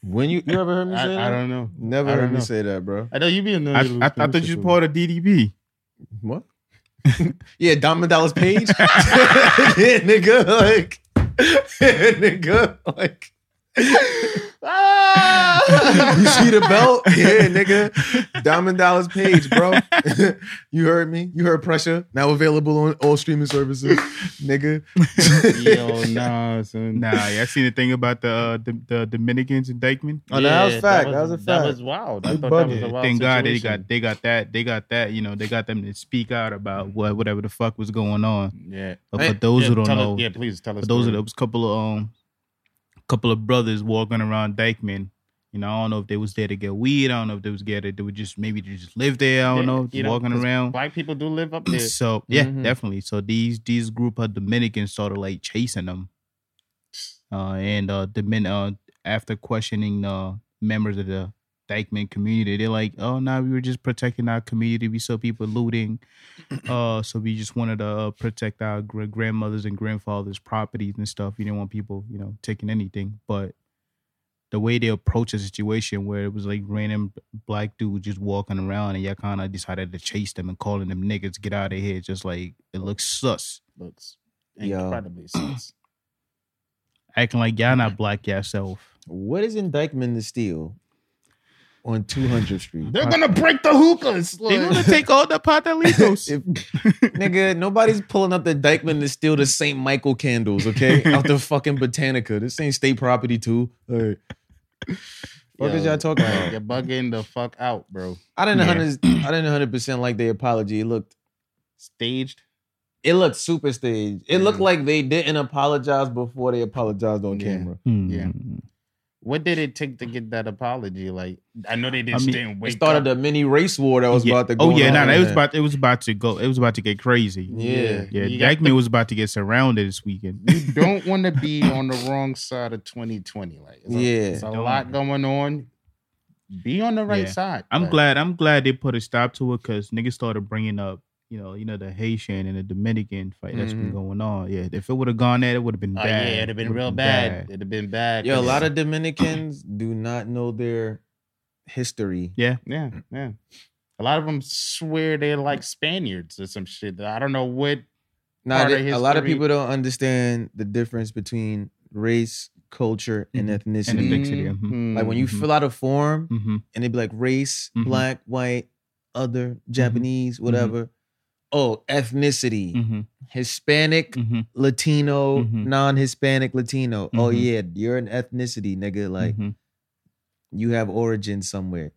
Speaker 2: When you you ever heard me say that?
Speaker 3: I, I don't know.
Speaker 2: Never
Speaker 3: I
Speaker 2: heard
Speaker 3: don't
Speaker 2: me
Speaker 3: know.
Speaker 2: say that, bro.
Speaker 3: I know you be a
Speaker 1: I, I, I thought you was part of DDP.
Speaker 2: What? yeah, Diamond Dallas Page. yeah, nigga, like, yeah, nigga, like. you see the belt? Yeah, nigga. Diamond Dallas Page, bro. you heard me. You heard pressure. Now available on all streaming services, nigga.
Speaker 3: Yo, nah, son.
Speaker 1: Nah, yeah, I seen the thing about the uh, the, the Dominicans and Dykeman.
Speaker 2: Oh, that was fact. That was a
Speaker 5: That
Speaker 2: fact.
Speaker 5: was wild. I
Speaker 2: You
Speaker 5: thought that was
Speaker 2: bugging.
Speaker 5: a wild
Speaker 1: Thank God they
Speaker 5: situation.
Speaker 1: got they got that they got that you know they got them to speak out about what whatever the fuck was going on.
Speaker 3: Yeah.
Speaker 1: But,
Speaker 3: Hey,
Speaker 1: but those
Speaker 3: yeah,
Speaker 1: who don't
Speaker 3: tell us-
Speaker 1: know,
Speaker 3: yeah, please tell us.
Speaker 1: But those are
Speaker 3: the
Speaker 1: those couple of um couple of brothers walking around Dykeman. You know, I don't know if they was there to get weed. I don't know if they was there to they would just maybe they just live there. I don't
Speaker 3: Yeah,
Speaker 1: know,
Speaker 3: you
Speaker 1: just
Speaker 3: know,
Speaker 1: walking
Speaker 3: 'cause
Speaker 1: around.
Speaker 3: black people do live up there.
Speaker 1: So yeah,
Speaker 2: Mhm.
Speaker 1: definitely. So these these group of Dominicans started like chasing them, uh, and uh, Domin- uh after questioning uh, members of the Dykeman community, they're like, "Oh, no, we were just protecting our community. We saw people looting, uh, so we just wanted to uh, protect our gr- grandmothers and grandfathers' properties and stuff. We didn't want people, you know, taking anything, but." The way they approached the situation, where it was like random black dudes just walking around and y'all kind of decided to chase them and calling them niggas get out of here just like it looks sus
Speaker 3: looks
Speaker 2: Yo.
Speaker 3: incredibly sus.
Speaker 1: acting like y'all not black yourself
Speaker 2: What is indictment to steal on 200th Street?
Speaker 3: They're gonna break the hookahs.
Speaker 1: they
Speaker 3: like-
Speaker 1: want to take all the patalitos
Speaker 2: If, nigga, nobody's pulling up the Dykeman to steal the St. Michael candles, okay? Out the fucking Botanica. This ain't state property, too. Like, what is
Speaker 3: Yo,
Speaker 2: y'all talking
Speaker 3: like,
Speaker 2: about?
Speaker 3: You're bugging the fuck out, bro.
Speaker 2: I didn't
Speaker 1: Yeah.
Speaker 2: 100, I didn't 100% like the apology. It looked
Speaker 3: Staged.
Speaker 2: it looked super staged. It looked
Speaker 3: Yeah.
Speaker 2: like they didn't apologize before they apologized on
Speaker 3: Yeah.
Speaker 2: camera.
Speaker 1: Hmm.
Speaker 3: Yeah. What did it take to get that apology? Like, I know they didn't
Speaker 1: I mean,
Speaker 3: stay and
Speaker 2: It
Speaker 3: wake
Speaker 2: started
Speaker 3: up.
Speaker 2: a mini race war that was
Speaker 1: Yeah.
Speaker 2: about to go
Speaker 1: oh yeah
Speaker 2: on
Speaker 1: nah, nah,
Speaker 2: in
Speaker 1: it was
Speaker 2: there.
Speaker 1: about it was about to go it was about to get crazy
Speaker 2: Yeah.
Speaker 1: yeah
Speaker 3: You got
Speaker 1: Dykeman was about to get surrounded this weekend
Speaker 3: you don't want to be on the wrong side of 2020. Like, it's a,
Speaker 2: Yeah.
Speaker 3: it's a
Speaker 1: Don't.
Speaker 3: lot going on. Be on the right
Speaker 1: Yeah.
Speaker 3: side.
Speaker 1: I'm
Speaker 3: Like,
Speaker 1: glad. I'm glad they put a stop to it because niggas started bringing up, you know, you know the Haitian and the Dominican fight that's been
Speaker 2: Mhm.
Speaker 1: going on. Yeah, if it would have gone there, it would have been
Speaker 3: Oh,
Speaker 1: bad.
Speaker 3: yeah, it'd have been
Speaker 1: Would've
Speaker 3: real bad. It'd have been bad.
Speaker 2: Yo, a lot of Dominicans do not know their history.
Speaker 1: Yeah,
Speaker 3: yeah, yeah. A lot of them swear they're like Spaniards or some shit. I don't know what.
Speaker 2: Nah,
Speaker 3: part of
Speaker 2: they- a lot of
Speaker 3: history.
Speaker 2: people don't understand the difference between race, culture, and
Speaker 1: Mhm. And
Speaker 2: ethnicity.
Speaker 1: ethnicity,
Speaker 3: Mm-hmm.
Speaker 1: mhm.
Speaker 2: like when you
Speaker 1: Mhm.
Speaker 2: fill out a form
Speaker 1: hmm
Speaker 2: and they be like race,
Speaker 1: Mhm.
Speaker 2: black, white, other, Japanese, whatever. Oh, ethnicity,
Speaker 1: hmm
Speaker 2: Hispanic,
Speaker 5: Mm-hmm,
Speaker 1: hmm
Speaker 2: Latino,
Speaker 1: Mhm.
Speaker 2: non-Hispanic, Latino. Oh
Speaker 1: Mhm.
Speaker 2: yeah, you're an ethnicity, nigga. Like
Speaker 5: mm-hmm.
Speaker 1: Mhm.
Speaker 2: you have origin somewhere.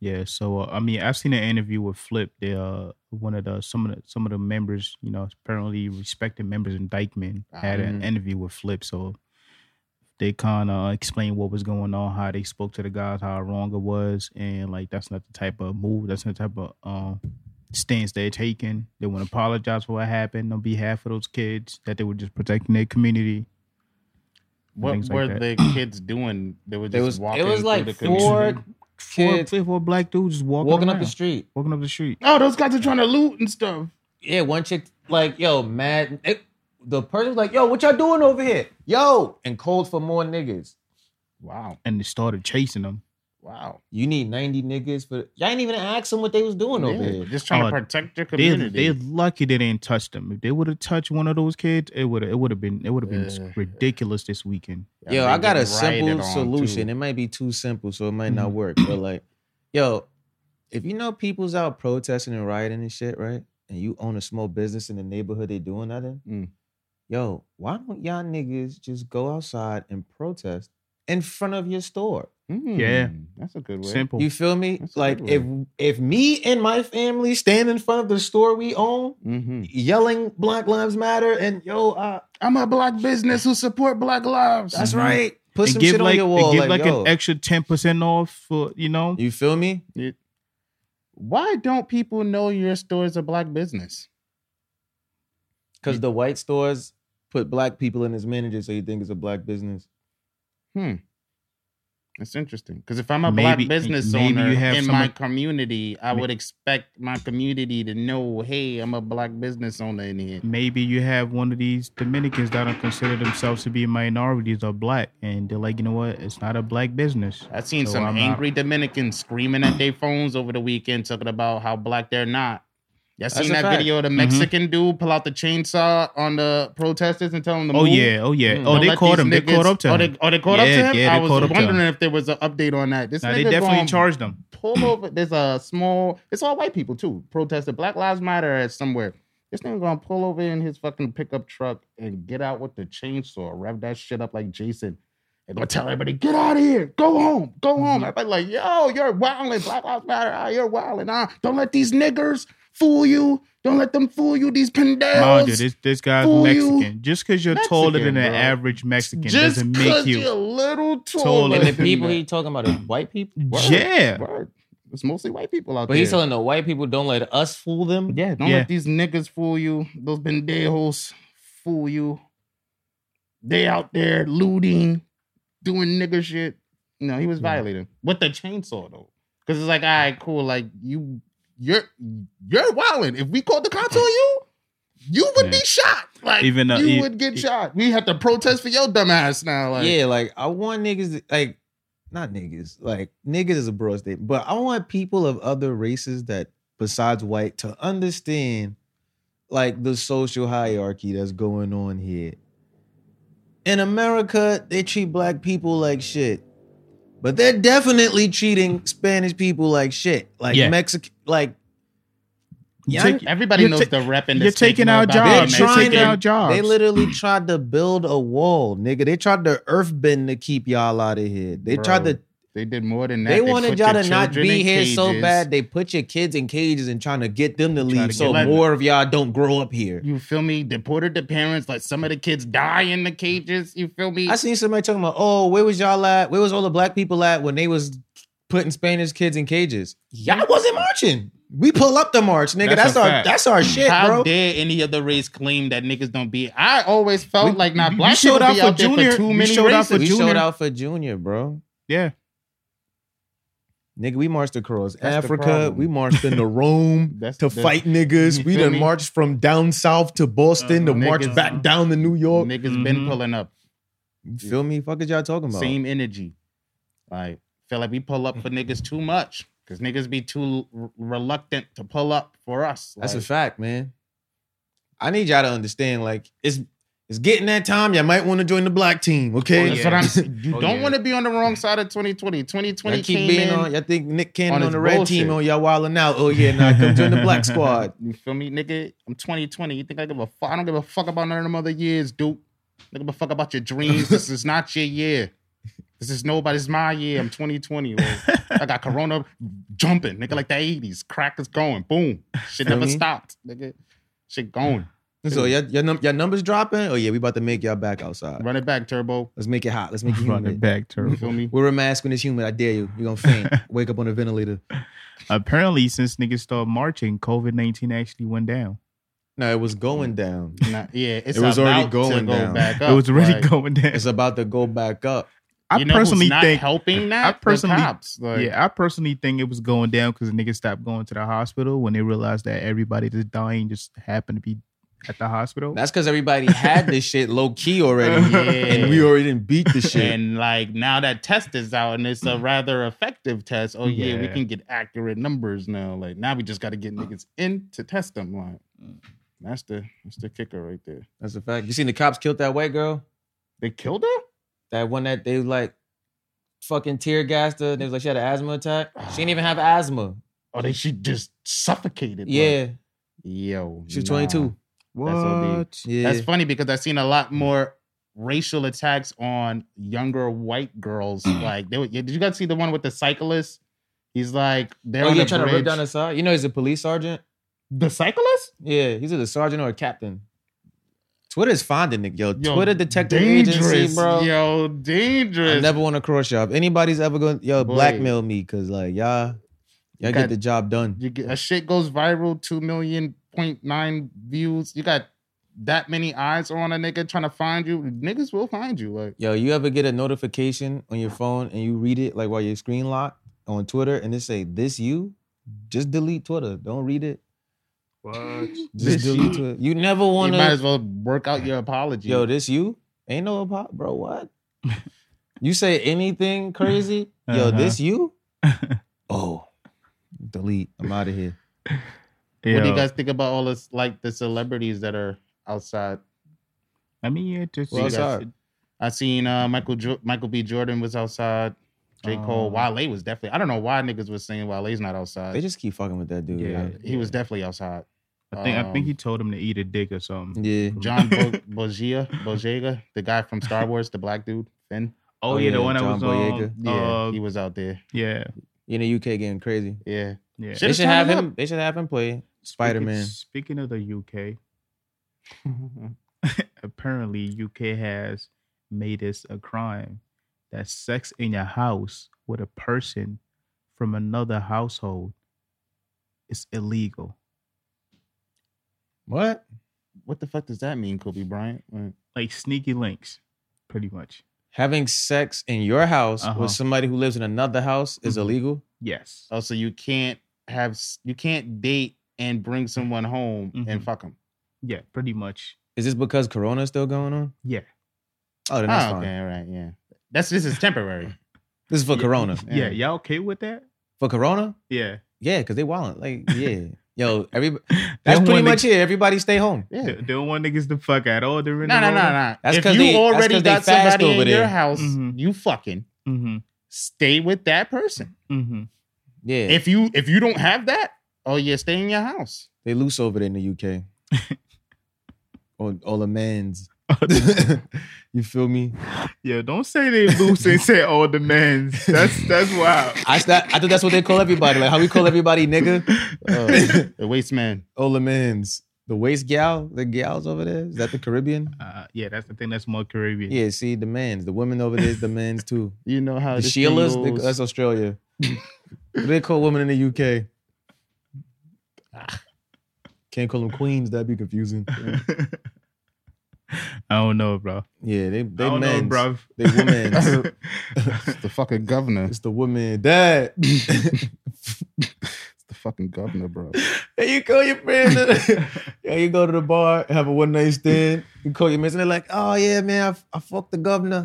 Speaker 1: Yeah, so uh, I mean, I've seen an interview with Flip. They uh, one of the some of the some of the members, you know, apparently respected members in Dykeman had an
Speaker 5: Mm-hmm.
Speaker 2: Mhm.
Speaker 1: interview with Flip. So they kind of explained what was going on, how they spoke to the guys, how wrong it was, and like that's not the type of move, that's not the type of um stance they're taking. They want to apologize for what happened on behalf of those kids that they were just protecting their community.
Speaker 3: What
Speaker 1: things like
Speaker 3: were
Speaker 1: that.
Speaker 3: the kids doing? They were
Speaker 2: There was
Speaker 3: just walking.
Speaker 5: It was
Speaker 3: through
Speaker 5: like
Speaker 3: the
Speaker 5: four
Speaker 3: community.
Speaker 1: Four,
Speaker 5: kids
Speaker 1: three, four black dudes just walking,
Speaker 5: walking up the
Speaker 1: around,
Speaker 5: street.
Speaker 1: walking up the street.
Speaker 3: Oh, those guys are trying to loot and stuff.
Speaker 5: Yeah, one chick like, yo, mad. It, the person was like, yo, what y'all doing over here?
Speaker 2: Yo, and cold for more niggas.
Speaker 3: Wow,
Speaker 1: And they started chasing them.
Speaker 3: wow.
Speaker 2: You need 90 niggas for y'all ain't even ask them what they was doing over
Speaker 3: Yeah,
Speaker 2: here.
Speaker 3: just trying
Speaker 1: Oh,
Speaker 3: to protect
Speaker 1: They're,
Speaker 3: your community.
Speaker 1: they're lucky they didn't touch them. If they would have touched one of those kids, it would it would have been it would have been
Speaker 3: Yeah.
Speaker 1: ridiculous this weekend.
Speaker 3: Yeah,
Speaker 2: Yo,
Speaker 3: they
Speaker 2: I got a
Speaker 3: get rioted
Speaker 2: simple
Speaker 3: on,
Speaker 2: solution.
Speaker 3: too. Mm-hmm.
Speaker 2: It might be too simple, so it might not
Speaker 1: Mhm.
Speaker 2: work. But like, yo, if you know people's out protesting and rioting and shit, right? And you own a small business in the neighborhood they doing that in,
Speaker 3: Mm.
Speaker 2: yo, why don't y'all niggas just go outside and protest in front of your store?
Speaker 3: Mm,
Speaker 1: Yeah.
Speaker 3: that's a good way.
Speaker 1: Simple.
Speaker 2: You feel me?
Speaker 3: That's a
Speaker 2: like
Speaker 3: good
Speaker 2: if if me and my family stand in front of the store we own,
Speaker 3: Mhm.
Speaker 2: yelling Black Lives Matter and yo, uh,
Speaker 3: I'm a black business who support black lives.
Speaker 2: that's
Speaker 1: Mhm.
Speaker 2: right. Put
Speaker 1: and
Speaker 2: some
Speaker 1: give
Speaker 2: shit
Speaker 1: like
Speaker 2: on your wall.
Speaker 1: and give like,
Speaker 2: yo,
Speaker 1: an extra ten percent off for you know.
Speaker 2: you feel me?
Speaker 3: Why don't people know your store is a black business?
Speaker 1: Mm.
Speaker 2: Because the white stores put black people in his manager, so you think it's a black business.
Speaker 3: That's interesting. Because if I'm a
Speaker 1: Maybe-
Speaker 3: black business
Speaker 1: maybe
Speaker 3: owner
Speaker 1: you have
Speaker 3: in my
Speaker 1: someone-
Speaker 3: community, I would expect my community to know, hey, I'm a black business owner in here.
Speaker 1: Maybe you have one of these Dominicans that don't consider themselves to be minorities or black, and they're like, you know what? It's not a black business.
Speaker 3: I seen
Speaker 1: So
Speaker 3: some
Speaker 1: I'm
Speaker 3: angry Dominicans screaming at their phones over the weekend, talking about how black they're not. Y'all
Speaker 2: That's
Speaker 3: seen
Speaker 2: a
Speaker 3: that
Speaker 2: fact.
Speaker 3: video of the
Speaker 1: Mm-hmm.
Speaker 3: Mexican dude pull out the chainsaw on the protesters and tell them to
Speaker 1: Oh
Speaker 3: move?
Speaker 1: yeah, oh yeah.
Speaker 2: Mm.
Speaker 1: Oh,
Speaker 3: Don't
Speaker 1: they
Speaker 3: let
Speaker 1: caught
Speaker 3: these
Speaker 1: him. They
Speaker 3: niggas-
Speaker 1: caught up to
Speaker 3: oh,
Speaker 1: him.
Speaker 3: They, oh, they caught up
Speaker 1: Yeah,
Speaker 3: to him.
Speaker 1: yeah, they
Speaker 3: I was
Speaker 1: caught up to him.
Speaker 3: wondering if there was an update on that. This
Speaker 1: Now
Speaker 3: nigga
Speaker 1: they definitely
Speaker 3: going
Speaker 1: charged them.
Speaker 3: pull over. There's a small. It's all white people too. Protesting Black Lives Matter at somewhere. This nigga gonna pull over in his fucking pickup truck and get out with the chainsaw, rev that shit up like Jason, and gonna tell everybody, get out of here, go home, go
Speaker 1: Mm-hmm.
Speaker 3: home. Everybody like, yo, you're wilding, Black Lives Matter, ah, you're wilding, ah, don't let these niggers fool you, don't let them fool you, these
Speaker 1: Mind you,
Speaker 3: pendels.
Speaker 1: this this guy's
Speaker 3: Fool you.
Speaker 1: Mexican. Just because you're taller
Speaker 3: Mexican,
Speaker 1: than an
Speaker 3: bro.
Speaker 1: average Mexican
Speaker 3: Just
Speaker 1: doesn't
Speaker 3: cause
Speaker 1: make
Speaker 3: are a
Speaker 1: you.
Speaker 3: little
Speaker 1: Taller
Speaker 3: taller.
Speaker 5: And the
Speaker 1: than
Speaker 5: people he talking about is white people.
Speaker 3: Word,
Speaker 1: Yeah.
Speaker 3: word. it's mostly white people out
Speaker 5: But
Speaker 3: there.
Speaker 5: he's telling the white people don't let us fool them.
Speaker 3: Yeah, don't
Speaker 1: Yeah.
Speaker 3: let these niggas fool you. Those pendejos fool you. They out there looting, doing nigger shit. No, he was violating with the chainsaw though, because it's like, all right, cool. Like you, you're you're wilding. If we called the cops on you, you would
Speaker 1: Yeah.
Speaker 3: be shot. Like
Speaker 1: Even
Speaker 3: even
Speaker 1: though-
Speaker 3: you
Speaker 1: e-
Speaker 3: would get
Speaker 1: e-
Speaker 3: shot. We have to protest for your dumb ass now. Like,
Speaker 2: yeah, like I want niggas to- like not niggas, like niggas is a broad statement, but I want people of other races that besides white to understand like the social hierarchy that's going on here. In America, they treat black people like shit. But they're definitely treating Spanish people like shit. Like
Speaker 1: Yeah.
Speaker 2: Mexican like
Speaker 1: You
Speaker 2: Yeah,
Speaker 1: take-
Speaker 3: everybody
Speaker 1: You're
Speaker 3: knows
Speaker 1: ta-
Speaker 3: the rep and the
Speaker 1: you're
Speaker 3: stigma
Speaker 1: taking our
Speaker 3: about
Speaker 2: They're
Speaker 1: jobs.
Speaker 3: being
Speaker 1: You're
Speaker 2: trying
Speaker 1: taking
Speaker 2: to-
Speaker 1: our jobs.
Speaker 2: They literally tried to build a wall, nigga. They tried to earthbend to keep y'all out of here. They
Speaker 3: Bro.
Speaker 2: tried to
Speaker 3: They did more than that.
Speaker 2: They wanted
Speaker 3: put
Speaker 2: y'all
Speaker 3: your
Speaker 2: to not
Speaker 3: children
Speaker 2: be
Speaker 3: in
Speaker 2: here so
Speaker 3: cages.
Speaker 2: bad. They put your kids in cages and trying to get them to leave,
Speaker 1: to
Speaker 2: so
Speaker 1: get-
Speaker 2: more of y'all don't grow up here.
Speaker 3: You feel me? Deported the parents. Like some of the kids die in the cages. You feel me?
Speaker 2: I seen somebody talking about, oh, where was y'all at? Where was all the black people at when they was putting Spanish kids in cages? Y'all wasn't marching. We pull up the march, nigga.
Speaker 1: That's
Speaker 2: That's,
Speaker 1: a
Speaker 2: our
Speaker 1: fact.
Speaker 2: that's our shit,
Speaker 3: How
Speaker 2: bro.
Speaker 3: dare any other race claim that niggas don't be? I always felt
Speaker 1: We-
Speaker 3: like not
Speaker 1: we-
Speaker 3: black
Speaker 1: we showed
Speaker 3: people
Speaker 1: out
Speaker 3: be
Speaker 1: for
Speaker 3: out there
Speaker 1: Junior.
Speaker 3: for too
Speaker 1: We
Speaker 3: many
Speaker 1: showed out
Speaker 3: races.
Speaker 1: for
Speaker 2: we
Speaker 1: Junior.
Speaker 2: showed out for Junior, bro.
Speaker 1: yeah.
Speaker 2: Nigga, we marched across
Speaker 3: That's the
Speaker 2: Africa.
Speaker 3: problem.
Speaker 2: We marched into Rome
Speaker 3: That's-
Speaker 2: to
Speaker 3: that's-
Speaker 2: fight niggas.
Speaker 3: you
Speaker 2: We
Speaker 3: feel
Speaker 2: done
Speaker 3: me?
Speaker 2: marched from down south to Boston to
Speaker 3: Uh-huh.
Speaker 2: march
Speaker 3: Niggas-
Speaker 2: back down to New York.
Speaker 3: Niggas
Speaker 1: Mhm.
Speaker 3: been pulling up.
Speaker 2: You Feel me? Fuck is y'all talking about?
Speaker 3: Same energy. Like feel like we pull up for niggas too much because niggas be too r- reluctant to pull up for us.
Speaker 2: That's
Speaker 3: Like,
Speaker 2: a fact, man. I need y'all to understand, like, it's it's getting that time. Y'all might want to join the black team, okay?
Speaker 3: that's
Speaker 1: yeah.
Speaker 3: what I'm. saying. You
Speaker 1: Oh,
Speaker 3: don't
Speaker 1: yeah.
Speaker 3: want to be on the wrong side of 2020. 2020
Speaker 2: Y'all keep
Speaker 3: came
Speaker 2: being
Speaker 3: in.
Speaker 2: on. Y'all think Nick Cannon
Speaker 3: on
Speaker 2: on,
Speaker 3: his
Speaker 2: the red
Speaker 3: bullshit.
Speaker 2: team? Oh, y'all wilding out. Oh yeah, now come join the black squad.
Speaker 3: You feel me, nigga? I'm 2020. You think I give a fuck? I don't give a fuck about none of them other years, dude. I don't give a fuck about your dreams. this is not your year. This is nobody's my year. I'm 2020. bro. I got Corona jumping, nigga, like the 80s. Crack is going. Boom. Shit
Speaker 2: Feel
Speaker 3: never
Speaker 2: me?
Speaker 3: stopped, nigga. Shit going.
Speaker 2: So y'all, y'all, num- y'all numbers dropping. Oh yeah, we about to make y'all back outside.
Speaker 3: Run it back, Turbo.
Speaker 2: Let's make it hot. Let's make it
Speaker 1: Run it
Speaker 2: humid.
Speaker 1: back,
Speaker 3: You
Speaker 1: Turbo.
Speaker 3: feel me?
Speaker 2: Wear a mask when it's humid. I dare you. You're gonna faint. Wake up on a ventilator.
Speaker 1: Apparently, since niggas started marching, COVID nineteen actually went down.
Speaker 2: No, it was
Speaker 3: Mm.
Speaker 2: going down.
Speaker 3: Nah, yeah, it's
Speaker 2: It was already
Speaker 3: about
Speaker 2: going
Speaker 3: to go
Speaker 2: down.
Speaker 3: back up.
Speaker 1: it was already
Speaker 3: like,
Speaker 1: going down.
Speaker 2: It's about to go back up.
Speaker 1: I
Speaker 3: you know who's
Speaker 1: personally
Speaker 3: not
Speaker 1: think.
Speaker 3: helping that. The
Speaker 1: personally-
Speaker 3: cops, like,
Speaker 1: yeah, I personally think it was going down because niggas stopped going to the hospital when they realized that everybody that's dying just happened to be at the hospital.
Speaker 2: That's because everybody had this shit low key already,
Speaker 3: Yeah.
Speaker 2: and we already didn't beat the shit.
Speaker 3: And like now that test is out and it's a
Speaker 2: Mm.
Speaker 3: rather effective test. Oh yeah, we
Speaker 1: Yeah.
Speaker 3: can get accurate numbers now. Like now we just got to get niggas in to test them. Like
Speaker 2: Mm.
Speaker 3: that's the that's the kicker right there.
Speaker 2: That's a fact. You seen the cops killed that white girl?
Speaker 3: They killed her.
Speaker 2: That one that they like fucking tear gassed her. They was like she had an asthma attack. She didn't even have asthma.
Speaker 3: Oh, they she just suffocated. like,
Speaker 2: Yeah,
Speaker 3: yo,
Speaker 2: she was
Speaker 3: nah.
Speaker 2: 22.
Speaker 3: That's OD.
Speaker 2: Yeah,
Speaker 3: That's funny because I've seen a lot more racial attacks on younger white girls. like they were, did you guys see the one with the cyclist? He's like they're
Speaker 2: Oh,
Speaker 3: on
Speaker 2: yeah,
Speaker 3: the
Speaker 2: trying to rip
Speaker 3: bridge.
Speaker 2: down the side. You know, he's a police sergeant.
Speaker 3: the cyclist.
Speaker 2: Yeah, he's either a sergeant or a captain. Twitter's finding it, yo.
Speaker 3: Yo,
Speaker 2: Twitter detective agency, bro.
Speaker 3: Yo,
Speaker 2: I
Speaker 3: dangerous.
Speaker 2: never want to cross y'all. If anybody's ever going, to yo,
Speaker 3: Boy.
Speaker 2: blackmail me, cause like y'all, y'all
Speaker 3: You
Speaker 2: get
Speaker 3: got-
Speaker 2: the job done.
Speaker 3: You get a shit goes viral, two million point nine views. You got that many eyes are on a nigga trying to find you, niggas will find you. Like,
Speaker 2: Yo, you ever get a notification on your phone and you read it like while your screen locked on Twitter and it say this you? Just delete Twitter. Don't read it. Just
Speaker 3: This
Speaker 2: delete
Speaker 3: you?
Speaker 2: Twitter. You never
Speaker 3: you
Speaker 2: want
Speaker 3: might
Speaker 2: to.
Speaker 3: as well work out your apology.
Speaker 2: Yo, this you? Ain't no about bro. What? you say anything crazy? Yo,
Speaker 3: Uh-huh.
Speaker 2: this you? oh, delete. I'm out of here.
Speaker 3: what do you
Speaker 1: Yo,
Speaker 3: guys think about all this, like the celebrities that are outside?
Speaker 1: I mean, yeah, just
Speaker 2: Well,
Speaker 1: you guys-
Speaker 2: sorry.
Speaker 3: I seen uh, Michael jo- Michael B. Jordan was outside. J. Cole, Wale was definitely. I don't know why niggas was saying Wale's not outside.
Speaker 2: Oh.
Speaker 3: Uh,
Speaker 2: They just keep fucking with that dude.
Speaker 1: Yeah.
Speaker 2: Yeah.
Speaker 3: he was definitely outside.
Speaker 1: I think I think
Speaker 3: Um,
Speaker 1: he told him to eat a dick or something.
Speaker 2: Yeah.
Speaker 3: John Bo- Bojega, Bojega, the guy from Star Wars, the black dude, Finn.
Speaker 1: Oh,
Speaker 2: Oh,
Speaker 1: yeah, the
Speaker 2: yeah,
Speaker 1: one that
Speaker 2: John
Speaker 1: was
Speaker 2: Boyega.
Speaker 1: on.
Speaker 3: Yeah,
Speaker 1: uh,
Speaker 3: he was out there.
Speaker 1: yeah,
Speaker 2: In the UK getting crazy.
Speaker 3: Yeah,
Speaker 1: yeah.
Speaker 3: Shit
Speaker 5: They
Speaker 3: is
Speaker 5: should have
Speaker 3: turning
Speaker 5: him. They should have him play.
Speaker 2: Spider-Man.
Speaker 1: Speaking, speaking of the UK, apparently UK has made this a crime that sex in your house with a person from another household is illegal.
Speaker 2: What?
Speaker 3: What the fuck does that mean, Kobe Bryant? Like,
Speaker 1: Like sneaky links, pretty much.
Speaker 2: Having sex in your house
Speaker 1: Uh-huh.
Speaker 2: with somebody who lives in another house is
Speaker 1: Mhm.
Speaker 2: illegal?
Speaker 1: Yes.
Speaker 3: Oh, so you can't have s- you can't date and bring someone home and
Speaker 1: Mhm.
Speaker 3: fuck them.
Speaker 1: Yeah, pretty much.
Speaker 2: Is this because Corona's still going on?
Speaker 1: Yeah. Ah,
Speaker 2: Oh, then that's
Speaker 3: Oh,
Speaker 2: fine.
Speaker 3: okay, all right, yeah. That's this is temporary.
Speaker 2: This is for Corona.
Speaker 1: Yeah, y'all okay with that?
Speaker 2: For Corona?
Speaker 1: Yeah.
Speaker 2: Yeah, because they wildin'. Like, yeah. Yo, every that's pretty
Speaker 1: want
Speaker 2: much it. Everybody stay home.
Speaker 3: Yeah.
Speaker 1: They, they don't want niggas to fuck at all during
Speaker 3: No,
Speaker 1: the
Speaker 3: no, no, no.
Speaker 2: That's
Speaker 3: if
Speaker 2: 'cause
Speaker 3: you
Speaker 2: they- that's
Speaker 3: already
Speaker 2: 'cause they
Speaker 3: got
Speaker 2: fast
Speaker 3: somebody
Speaker 2: over
Speaker 3: in your
Speaker 2: there.
Speaker 3: house,
Speaker 1: Mhm.
Speaker 3: you fucking
Speaker 1: Mm-hmm.
Speaker 3: stay with that person.
Speaker 1: Mm-hmm.
Speaker 2: Yeah.
Speaker 3: If you if you don't have that, oh yeah, stay in your house.
Speaker 2: they loose over there in the UK. all, all the men's.
Speaker 1: Oh,
Speaker 2: you feel me?
Speaker 1: Yeah, don't say they loose and say all the men's. That's that's wild.
Speaker 2: I sta- I think that's what they call everybody. Like how we call everybody nigga. Oh.
Speaker 3: Uh, the waste man.
Speaker 2: All the men's. The waist gal, the gals over there. Is that the Caribbean?
Speaker 1: Uh, yeah, that's the thing. That's more Caribbean.
Speaker 2: Yeah, see, the men's. The women over there is the men's too.
Speaker 3: You know how
Speaker 2: The
Speaker 3: this thing
Speaker 2: Sheilas, they-
Speaker 3: goes.
Speaker 2: that's Australia. What they call women in the UK. Can't call them queens. That'd be confusing.
Speaker 1: I don't know, bro.
Speaker 2: Yeah, they they
Speaker 1: I don't
Speaker 2: men,
Speaker 1: know, bro.
Speaker 2: They women.
Speaker 3: It's the fucking governor.
Speaker 2: it's the women. Dad.
Speaker 3: It's the fucking governor, bro.
Speaker 2: Hey, you call your friend. to the- yeah, you go to the bar, have a one night stand. You call your man, and they're like, "Oh yeah, man, I, f- I fucked the governor."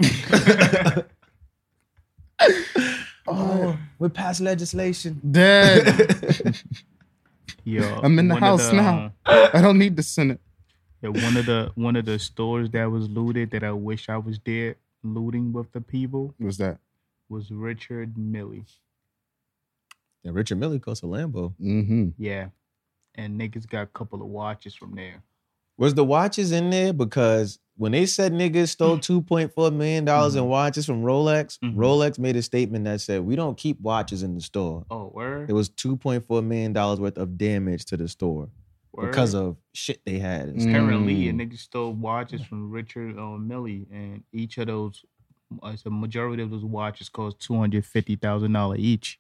Speaker 2: oh, we passed legislation.
Speaker 3: Dead.
Speaker 1: Yo,
Speaker 3: I'm in the
Speaker 1: one of uh,
Speaker 3: house now. I don't need the Senate.
Speaker 1: yeah, one of the one of the stores that was looted that I wish I was there looting with the people
Speaker 3: What's that?
Speaker 1: was Richard Millie.
Speaker 2: Yeah, Richard Miller goes to Lambo.
Speaker 3: Mm-hmm.
Speaker 1: Yeah, and niggas got a couple of watches from there.
Speaker 2: Was the watches in there? Because when they said niggas
Speaker 3: Mm.
Speaker 2: stole two point four million dollars
Speaker 3: Mm-hmm.
Speaker 2: in watches from Rolex,
Speaker 1: Mhm.
Speaker 2: Rolex made a statement that said, "We don't keep watches in the store."
Speaker 1: Oh, word,
Speaker 2: It was two point four million dollars worth of damage to the store
Speaker 1: word.
Speaker 2: because of shit they had.
Speaker 3: Mm.
Speaker 1: apparently, and niggas stole watches from Richard uh, Millie, and each of those, uh, the majority of those watches cost two hundred fifty thousand dollar each.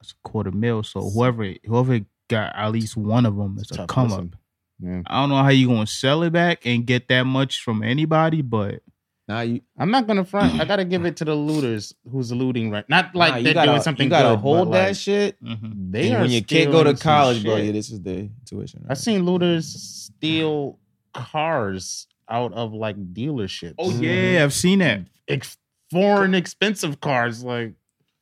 Speaker 1: It's a quarter mil. So whoever whoever got at least one of them is a
Speaker 3: Tough
Speaker 1: come
Speaker 3: listen.
Speaker 1: up.
Speaker 3: Yeah.
Speaker 1: I don't know how you gonna sell it back and get that much from anybody, but
Speaker 2: Now you
Speaker 3: I'm not gonna front. I gotta give it to the looters who's looting right. Not like
Speaker 2: nah, you
Speaker 3: they're
Speaker 2: gotta,
Speaker 3: doing something
Speaker 2: You gotta
Speaker 3: good,
Speaker 2: hold
Speaker 3: but,
Speaker 2: that
Speaker 3: like,
Speaker 2: shit.
Speaker 1: mhm.
Speaker 3: They
Speaker 2: and
Speaker 3: are
Speaker 2: when your kid go to
Speaker 3: stealing some
Speaker 2: college, bro,
Speaker 3: shit.
Speaker 2: yeah, this is the tuition.
Speaker 3: I've seen looters steal cars out of like dealerships.
Speaker 1: oh yeah, I've seen that.
Speaker 3: Ex- foreign expensive cars. Like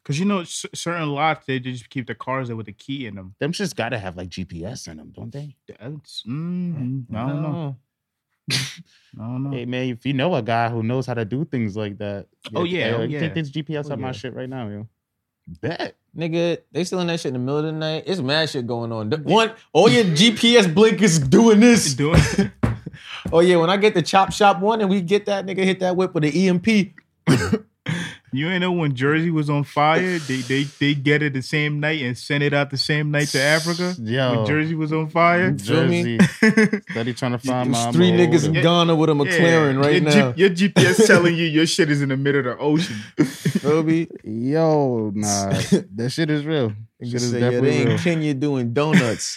Speaker 1: Cause you know c- certain lots they just keep the cars there with the key in them.
Speaker 3: them just gotta have like GPS in them, don't they?
Speaker 1: That's, mm, I don't know. I don't
Speaker 2: Mm.
Speaker 1: know.
Speaker 3: Hey man, if you know a guy who knows how to do things like that,
Speaker 1: Oh, yeah,
Speaker 3: yo,
Speaker 1: oh,
Speaker 3: you
Speaker 1: yeah.
Speaker 3: take this GPS
Speaker 2: Oh,
Speaker 3: out my
Speaker 2: yeah.
Speaker 3: shit right now, yo. Bet.
Speaker 2: Nigga, they stealing that shit in the middle of the night. It's mad shit going on. The- One, all your GPS blinkers doing this.
Speaker 1: Doing
Speaker 2: Oh yeah, when I get the chop shop one and we get that nigga hit that whip with the E EMP.
Speaker 1: You ain't know when Jersey was on fire, they they they get it the same night and send it out the same night to Africa.
Speaker 3: Yo.
Speaker 1: When Jersey was on
Speaker 3: Mm.
Speaker 1: fire,
Speaker 2: feel me?
Speaker 3: Jersey. Steady trying to find my
Speaker 2: There's three
Speaker 3: mama
Speaker 2: niggas in
Speaker 3: older.
Speaker 1: Yeah.
Speaker 2: Ghana with a McLaren right
Speaker 1: your, G-
Speaker 2: now.
Speaker 1: your GPS telling you your shit is in the middle of the ocean.
Speaker 2: Feel me?
Speaker 3: Yo, nah, that shit is real. Shit is
Speaker 2: Say, yeah, they
Speaker 3: definitely
Speaker 2: in
Speaker 3: real.
Speaker 2: Kenya doing donuts.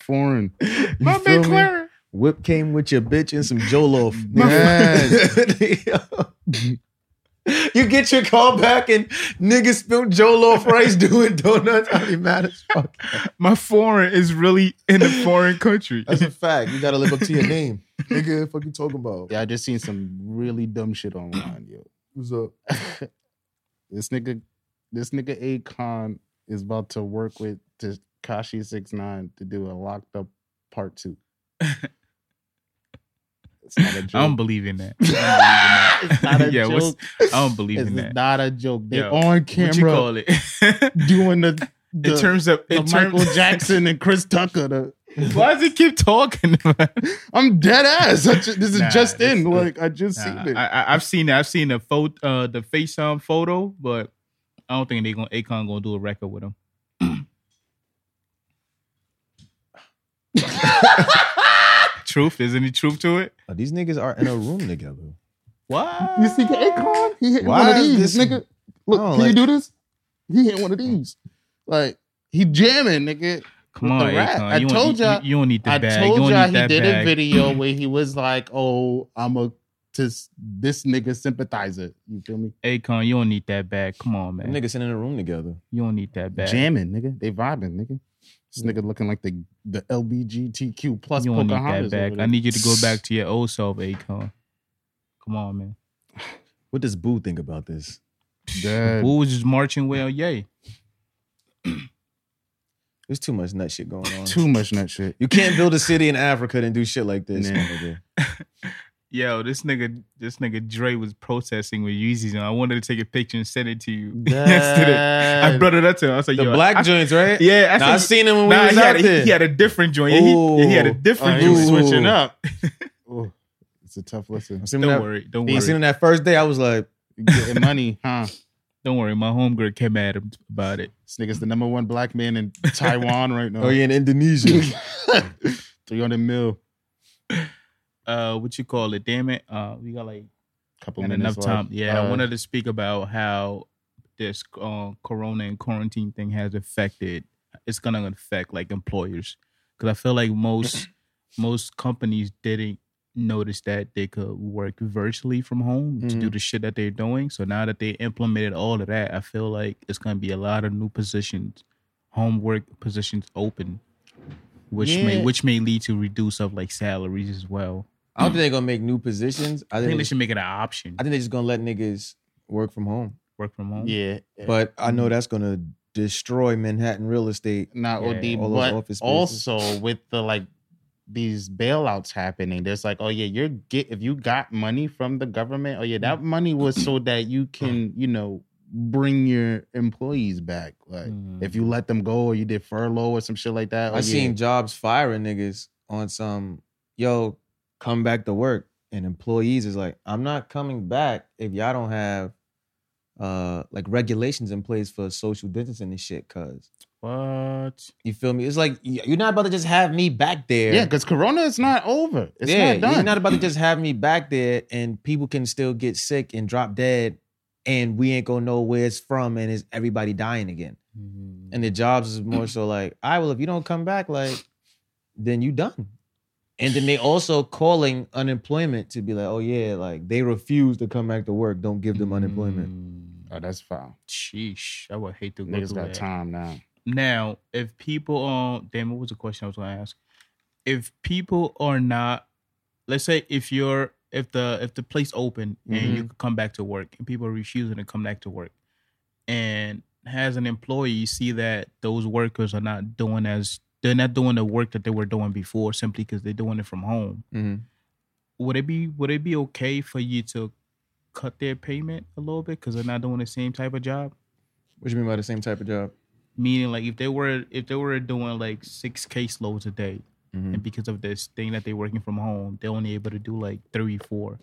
Speaker 3: foreign. You
Speaker 1: My
Speaker 3: feel
Speaker 1: man
Speaker 3: me?
Speaker 1: Clara.
Speaker 2: Whip came with your bitch and some Jolof. nigga. you get your call back and niggas spilled Jolof rice doing donuts. I'll be mad as fuck.
Speaker 1: My foreign is really in a foreign country.
Speaker 2: That's a fact. You gotta live up to your name. Nigga, fuck you talking about?
Speaker 3: Yeah, I just seen some really dumb shit online, yo.
Speaker 2: What's up?
Speaker 3: This nigga, this nigga Akon is about to work with Takashi Six Nine to do a locked up part two. It's not a joke.
Speaker 1: I don't believe in that.
Speaker 3: it's not a
Speaker 1: Yeah, what's-
Speaker 3: joke.
Speaker 1: I don't believe
Speaker 3: It's
Speaker 1: in that.
Speaker 3: not a joke. They
Speaker 1: Yo,
Speaker 3: on
Speaker 1: What you
Speaker 3: camera
Speaker 1: call it? in
Speaker 3: doing the, the,
Speaker 1: terms of
Speaker 3: the
Speaker 1: in terms-
Speaker 3: Michael Jackson and Chris Tucker. The,
Speaker 1: Why does he keep talking? about it?
Speaker 3: I'm dead ass. I ju- this is
Speaker 1: Nah,
Speaker 3: just
Speaker 1: this-
Speaker 3: in. Like I just
Speaker 1: Nah,
Speaker 3: seen it.
Speaker 1: I, I, I've seen that. I've seen the photo, uh, the FaceTime photo, but I don't think they gonna Akon gonna do a record with him. truth, is any truth to it?
Speaker 2: Oh, these niggas are in a room together.
Speaker 1: What?
Speaker 3: you see Akon? He hit
Speaker 2: Why
Speaker 3: one of
Speaker 2: is
Speaker 3: these,
Speaker 2: this-
Speaker 3: nigga. Look,
Speaker 2: Oh,
Speaker 3: can
Speaker 2: like-
Speaker 3: you do this? He hit one of these. Like he jamming, nigga.
Speaker 1: Come
Speaker 3: With
Speaker 1: on,
Speaker 3: the rat.
Speaker 1: Akon.
Speaker 3: I
Speaker 1: you don't-
Speaker 3: told
Speaker 1: you-
Speaker 3: ya-
Speaker 1: you, don't need the
Speaker 3: I
Speaker 1: bag. you
Speaker 3: told
Speaker 1: don't
Speaker 3: y'all
Speaker 1: need
Speaker 3: he
Speaker 1: that
Speaker 3: did
Speaker 1: bag.
Speaker 3: a video where he was like, "Oh, I'm a this this nigga sympathizer." You feel me?
Speaker 1: Akon, you don't need that bag. Come on, man.
Speaker 2: Them niggas sitting in a room together.
Speaker 1: You don't need that bag.
Speaker 3: Jamming, nigga. They vibing, nigga. This nigga looking like the the LBGTQ plus
Speaker 1: you don't need that
Speaker 3: Pocahontas. over
Speaker 1: bag.
Speaker 3: there.
Speaker 1: I need you to go back to your old self, Akon. Come on, man.
Speaker 2: What does Boo think about this?
Speaker 3: Dead.
Speaker 1: Who was just marching well? Yay.
Speaker 2: There's too much nut shit going on.
Speaker 3: Too much nut shit.
Speaker 2: you can't build a city in Africa and do shit like this.
Speaker 3: Nah.
Speaker 2: my nigga.
Speaker 1: Yo, this nigga, this nigga Dre was protesting with Yeezys, and I wanted to take a picture and send it to you yesterday. I
Speaker 2: Nah.
Speaker 1: brought it up to him. I was like,
Speaker 2: the
Speaker 1: Yo,
Speaker 2: black
Speaker 1: I,
Speaker 2: joints, right?
Speaker 1: yeah, I
Speaker 2: Nah, I
Speaker 1: said,
Speaker 2: seen him when
Speaker 1: nah,
Speaker 2: we
Speaker 1: he,
Speaker 2: was
Speaker 1: had
Speaker 2: out
Speaker 1: a,
Speaker 2: there.
Speaker 1: he had a different joint. Yeah, he, yeah, he had a
Speaker 2: Ooh.
Speaker 1: different
Speaker 3: Oh, he was
Speaker 1: joint.
Speaker 3: switching
Speaker 2: up.
Speaker 3: Oh, it's a tough listen.
Speaker 2: I seen him
Speaker 1: Don't
Speaker 2: that,
Speaker 1: worry, don't
Speaker 2: I seen
Speaker 1: worry,
Speaker 2: him that first day. I was like,
Speaker 3: You Getting money, huh?
Speaker 1: don't worry. My homegirl came at him about it.
Speaker 3: This nigga's the number one black man in Taiwan right now.
Speaker 2: "Oh, you in Indonesia?"
Speaker 3: 300 mil.
Speaker 1: Uh, what you call it? Damn it. Uh, we got like
Speaker 3: Couple
Speaker 1: Had
Speaker 3: minutes
Speaker 1: enough time.
Speaker 3: left.
Speaker 1: Yeah, I
Speaker 3: Uh,
Speaker 1: wanted to speak about how this uh, Corona and quarantine thing has affected. It's gonna affect like employers because I feel like most most companies didn't notice that they could work virtually from home to do the shit that they're doing. So now that they implemented all of that, I feel like it's gonna be a lot of new positions, homework positions open, which may
Speaker 3: Yeah.
Speaker 1: which may lead to reduce of like salaries as well.
Speaker 2: I don't think they're gonna make new positions. I
Speaker 1: I think
Speaker 2: think, they
Speaker 1: they should make it an option.
Speaker 2: I think they're just gonna let niggas work from home.
Speaker 1: Work from home.
Speaker 3: Yeah.
Speaker 2: But I
Speaker 1: Mm-hmm.
Speaker 2: know that's gonna destroy Manhattan real estate.
Speaker 3: not
Speaker 1: Yeah,
Speaker 3: OD,
Speaker 2: all those
Speaker 3: but
Speaker 2: office spaces.
Speaker 3: also with the like these bailouts happening, there's like, oh yeah, you're get if you got money from the government, oh yeah,
Speaker 2: Mm.
Speaker 3: that money was so that you can, you know, bring your employees back. Like
Speaker 1: Mm.
Speaker 3: if you let them go or you did furlough or some shit like
Speaker 2: I
Speaker 3: that. Oh, yeah.
Speaker 2: seen jobs firing niggas on some yo come back to work, and employees is like, "I'm not coming back if y'all don't have." Uh, like regulations in place for social distancing and shit, cause
Speaker 1: What?
Speaker 2: you feel me. It's like y- you're not about to just have me back there.
Speaker 3: Yeah, because Corona is not over. It's not done.
Speaker 2: You're not about to just have me back there and people can still get sick and drop dead and we ain't gonna know where it's from and it's everybody dying again.
Speaker 3: Mm-hmm.
Speaker 2: And the jobs is more so like, all right, well, if you don't come back, like, then you done. And then they also calling unemployment to be like, oh yeah, like they refuse to come back to work. Don't give them
Speaker 1: Mm.
Speaker 2: unemployment.
Speaker 3: oh, that's foul.
Speaker 1: Sheesh, I would hate to go
Speaker 3: Niggas
Speaker 1: through
Speaker 3: got
Speaker 1: that.
Speaker 3: time now.
Speaker 1: Now, if people are damn, what was the question I was going to ask? If people are not, let's say, if you're, if the if the place open and you could come back to work, and people are refusing to come back to work, and as an employee, you see that those workers are not doing as they're not doing the work that they were doing before simply because they're doing it from home.
Speaker 2: Mhm.
Speaker 1: Would it be would it be okay for you to cut their payment a little bit because they're not doing the same type of job?
Speaker 2: What you mean by the same type of job?
Speaker 1: meaning like if they were if they were doing like six caseloads a day
Speaker 3: Mm-hmm.
Speaker 1: and because of this thing that they're working from home they're only able to do like three four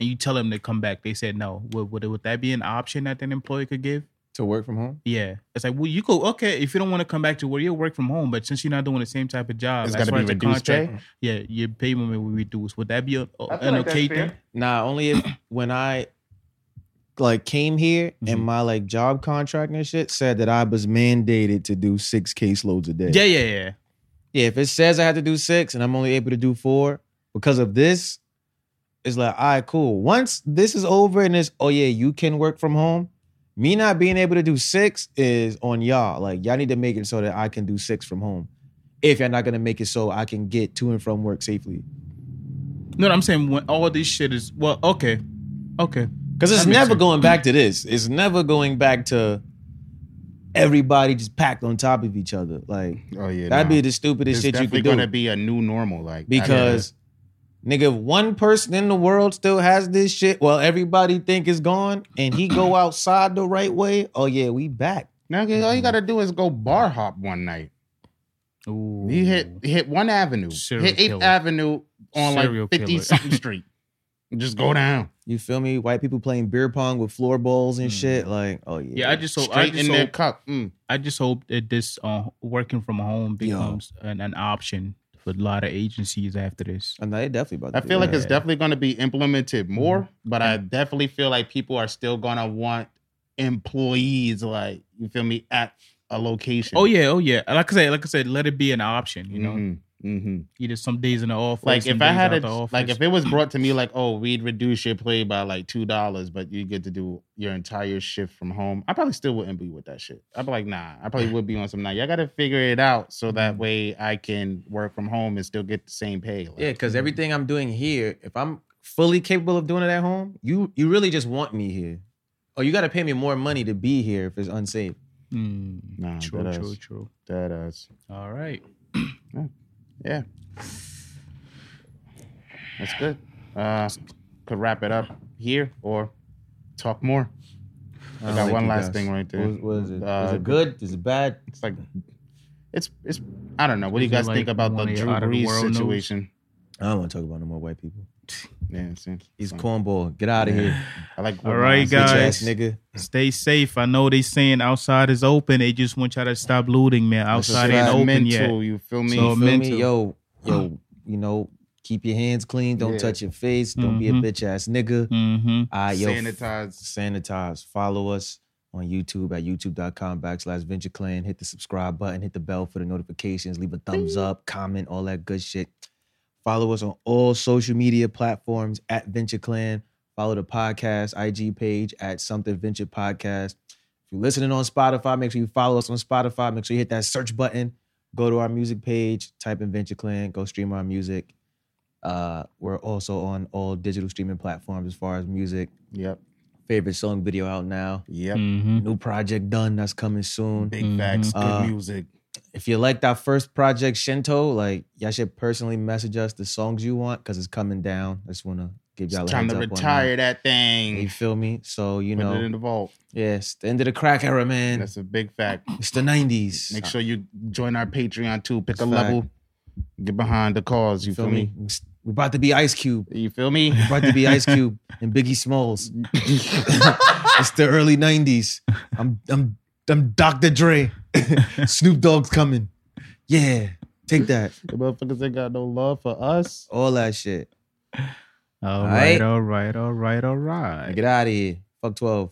Speaker 1: and you tell them to come back they said no would, would, would that be an option that an employee could give
Speaker 2: To work from home?
Speaker 1: yeah it's like well you go okay if you don't want to come back to where you work from home but since you're not doing the same type of job
Speaker 3: It's
Speaker 1: as
Speaker 3: gotta
Speaker 1: far
Speaker 3: be
Speaker 1: as the
Speaker 3: reduced
Speaker 1: contract,
Speaker 3: pay?
Speaker 1: yeah your payment will be reduced would that be a, an okay thing
Speaker 2: Nah, only if when I like came here and my like job contract and shit said that I was mandated to do six caseloads a day.
Speaker 1: yeah yeah yeah
Speaker 2: Yeah, if it says I have to do six and I'm only able to do four because of this, it's like, all right, cool. Once this is over and it's, oh yeah, you can work from home, me not being able to do six is on y'all. Like, y'all need to make it so that I can do six from home. If y'all not gonna make it so I can get to and from work safely.
Speaker 1: No, what I'm saying when all this shit is well, okay, okay.
Speaker 2: Because it's
Speaker 1: That makes
Speaker 2: never
Speaker 1: sense.
Speaker 2: going back to this. It's never going back to everybody just packed on top of each other. Like,
Speaker 3: Oh yeah,
Speaker 2: that'd
Speaker 3: nah.
Speaker 2: be the stupidest
Speaker 3: It's
Speaker 2: shit you
Speaker 3: definitely
Speaker 2: could do.
Speaker 3: gonna be a new normal, like
Speaker 2: because nigga, if one person in the world still has this shit while everybody think it's gone, and he go outside the right way, oh yeah, we back.
Speaker 3: now all you gotta do is go bar hop one night.
Speaker 1: Ooh.
Speaker 3: You hit hit one avenue,
Speaker 1: Serial
Speaker 3: hit Eighth
Speaker 1: killer.
Speaker 3: Avenue on
Speaker 1: Serial
Speaker 3: like fifty
Speaker 1: killer.
Speaker 3: something street. Just go down.
Speaker 2: You feel me? White people playing beer pong with floor balls and shit. Like, oh yeah,
Speaker 1: Yeah, I just hope I
Speaker 3: Straight in
Speaker 1: just
Speaker 3: their
Speaker 1: hope,
Speaker 3: cup. Mm.
Speaker 1: I just hope that this uh, working from home becomes an, an option for a lot of agencies after this.
Speaker 2: I know Oh, they definitely about.
Speaker 3: I
Speaker 2: to do
Speaker 3: feel like
Speaker 2: that.
Speaker 3: it's definitely going to be
Speaker 1: Mm-hmm.
Speaker 3: implemented more, but I definitely feel like people are still going to want employees, like you feel me, at a location.
Speaker 1: Oh yeah, oh yeah. Like I said, like I said, let it be an option. You know,
Speaker 3: Mhm, mhm.
Speaker 1: either some days in the office,
Speaker 3: Like
Speaker 1: some
Speaker 3: if I
Speaker 1: days
Speaker 3: had
Speaker 1: out the
Speaker 3: a
Speaker 1: office.
Speaker 3: like if it was brought to me like, oh, we'd reduce your play by like two dollars, but you get to do your entire shift from home. I probably still wouldn't be with that shit. I'd be like, nah, I probably would be on some night. Y'all got to figure it out
Speaker 1: Mm-hmm.
Speaker 3: so that way I can work from home and still get the same pay. Like,
Speaker 2: Yeah, because everything I'm doing here, if I'm fully capable of doing it at home, you you really just want me here. Oh, you got to pay me more money to be here if it's unsafe.
Speaker 1: Mm,
Speaker 3: Nah,
Speaker 1: true,
Speaker 3: Oh, that
Speaker 1: true,
Speaker 3: is-
Speaker 1: true.
Speaker 3: that is.
Speaker 1: All right.
Speaker 3: Yeah. That's good. Uh could wrap it up here or talk more. I got
Speaker 2: like
Speaker 3: one
Speaker 2: you
Speaker 3: last
Speaker 2: guys.
Speaker 3: thing right there.
Speaker 2: What, what is it?
Speaker 3: Uh,
Speaker 2: is it good? Is it bad?
Speaker 3: It's like it's it's I don't know. What do you
Speaker 1: Is it
Speaker 3: guys
Speaker 1: like
Speaker 3: think about the
Speaker 1: one of your
Speaker 3: Drew
Speaker 1: out of the
Speaker 3: Brees
Speaker 1: world news?
Speaker 3: situation?
Speaker 2: I don't want to talk about no more white people.
Speaker 3: Yeah, see.
Speaker 2: He's cornball. Get out of here,
Speaker 3: I like
Speaker 1: All right,
Speaker 3: Miles-
Speaker 2: bitch
Speaker 1: guys.
Speaker 2: ass nigga.
Speaker 1: Stay safe. I know they saying outside is open. They just want y'all to stop looting, man.
Speaker 3: It's
Speaker 1: Outside ain't
Speaker 3: just
Speaker 1: open yet.
Speaker 3: mental, you feel me?
Speaker 1: So,
Speaker 2: You feel
Speaker 1: mental.
Speaker 2: me? Yo, yo, you know, keep your hands clean. Don't
Speaker 3: Yeah.
Speaker 2: touch your face. Don't
Speaker 1: Mhm.
Speaker 2: be a bitch ass nigga.
Speaker 1: Mm-hmm.
Speaker 2: Ah, yo,
Speaker 3: sanitized.
Speaker 2: sanitize. Follow us on YouTube at youtube.com backslash venture clan. Hit the subscribe button, hit the bell for the notifications, leave a thumbs up, comment, all that good shit. Follow us on all social media platforms at Venture Clan. Follow the podcast IG page at Something Venture Podcast. If you're listening on Spotify, make sure you follow us on Spotify. Make sure you hit that search button. Go to our music page, type in Venture Clan, go stream our music. Uh, we're also on all digital streaming platforms as far as music
Speaker 3: Yep.
Speaker 2: favorite song video out now.
Speaker 3: Yep.
Speaker 1: Mm-hmm.
Speaker 2: New project done that's coming soon.
Speaker 3: Big facts, good
Speaker 2: Uh,
Speaker 3: music.
Speaker 2: If you like that first project, Shinto, like y'all should personally message us the songs you want because it's coming down. I just wanna give y'all
Speaker 3: It's
Speaker 2: a
Speaker 3: time
Speaker 2: heads
Speaker 3: to
Speaker 2: up
Speaker 3: retire that
Speaker 2: on that. You
Speaker 3: thing.
Speaker 2: feel me? So you
Speaker 3: Put it
Speaker 2: know,
Speaker 3: in the vault.
Speaker 2: yes, the end of the crack era, man.
Speaker 3: That's a big fact.
Speaker 1: uh,
Speaker 2: It's the nineties.
Speaker 3: Make sure you join our Patreon too. Pick
Speaker 2: It's
Speaker 3: a
Speaker 2: fact.
Speaker 3: level. Get behind the cause. You feel, me?
Speaker 2: We're about to be Ice Cube.
Speaker 3: You feel me?
Speaker 2: We're about to be Ice Cube and Biggie Smalls. it's the early nineties. I'm I'm I'm Dr. Dre. Snoop Dogg's coming. Yeah, take that.
Speaker 3: the motherfuckers ain't got no love for us.
Speaker 2: All that shit.
Speaker 1: All
Speaker 2: right.
Speaker 1: right, all right, all right, all right.
Speaker 2: Get out of here. Fuck 12.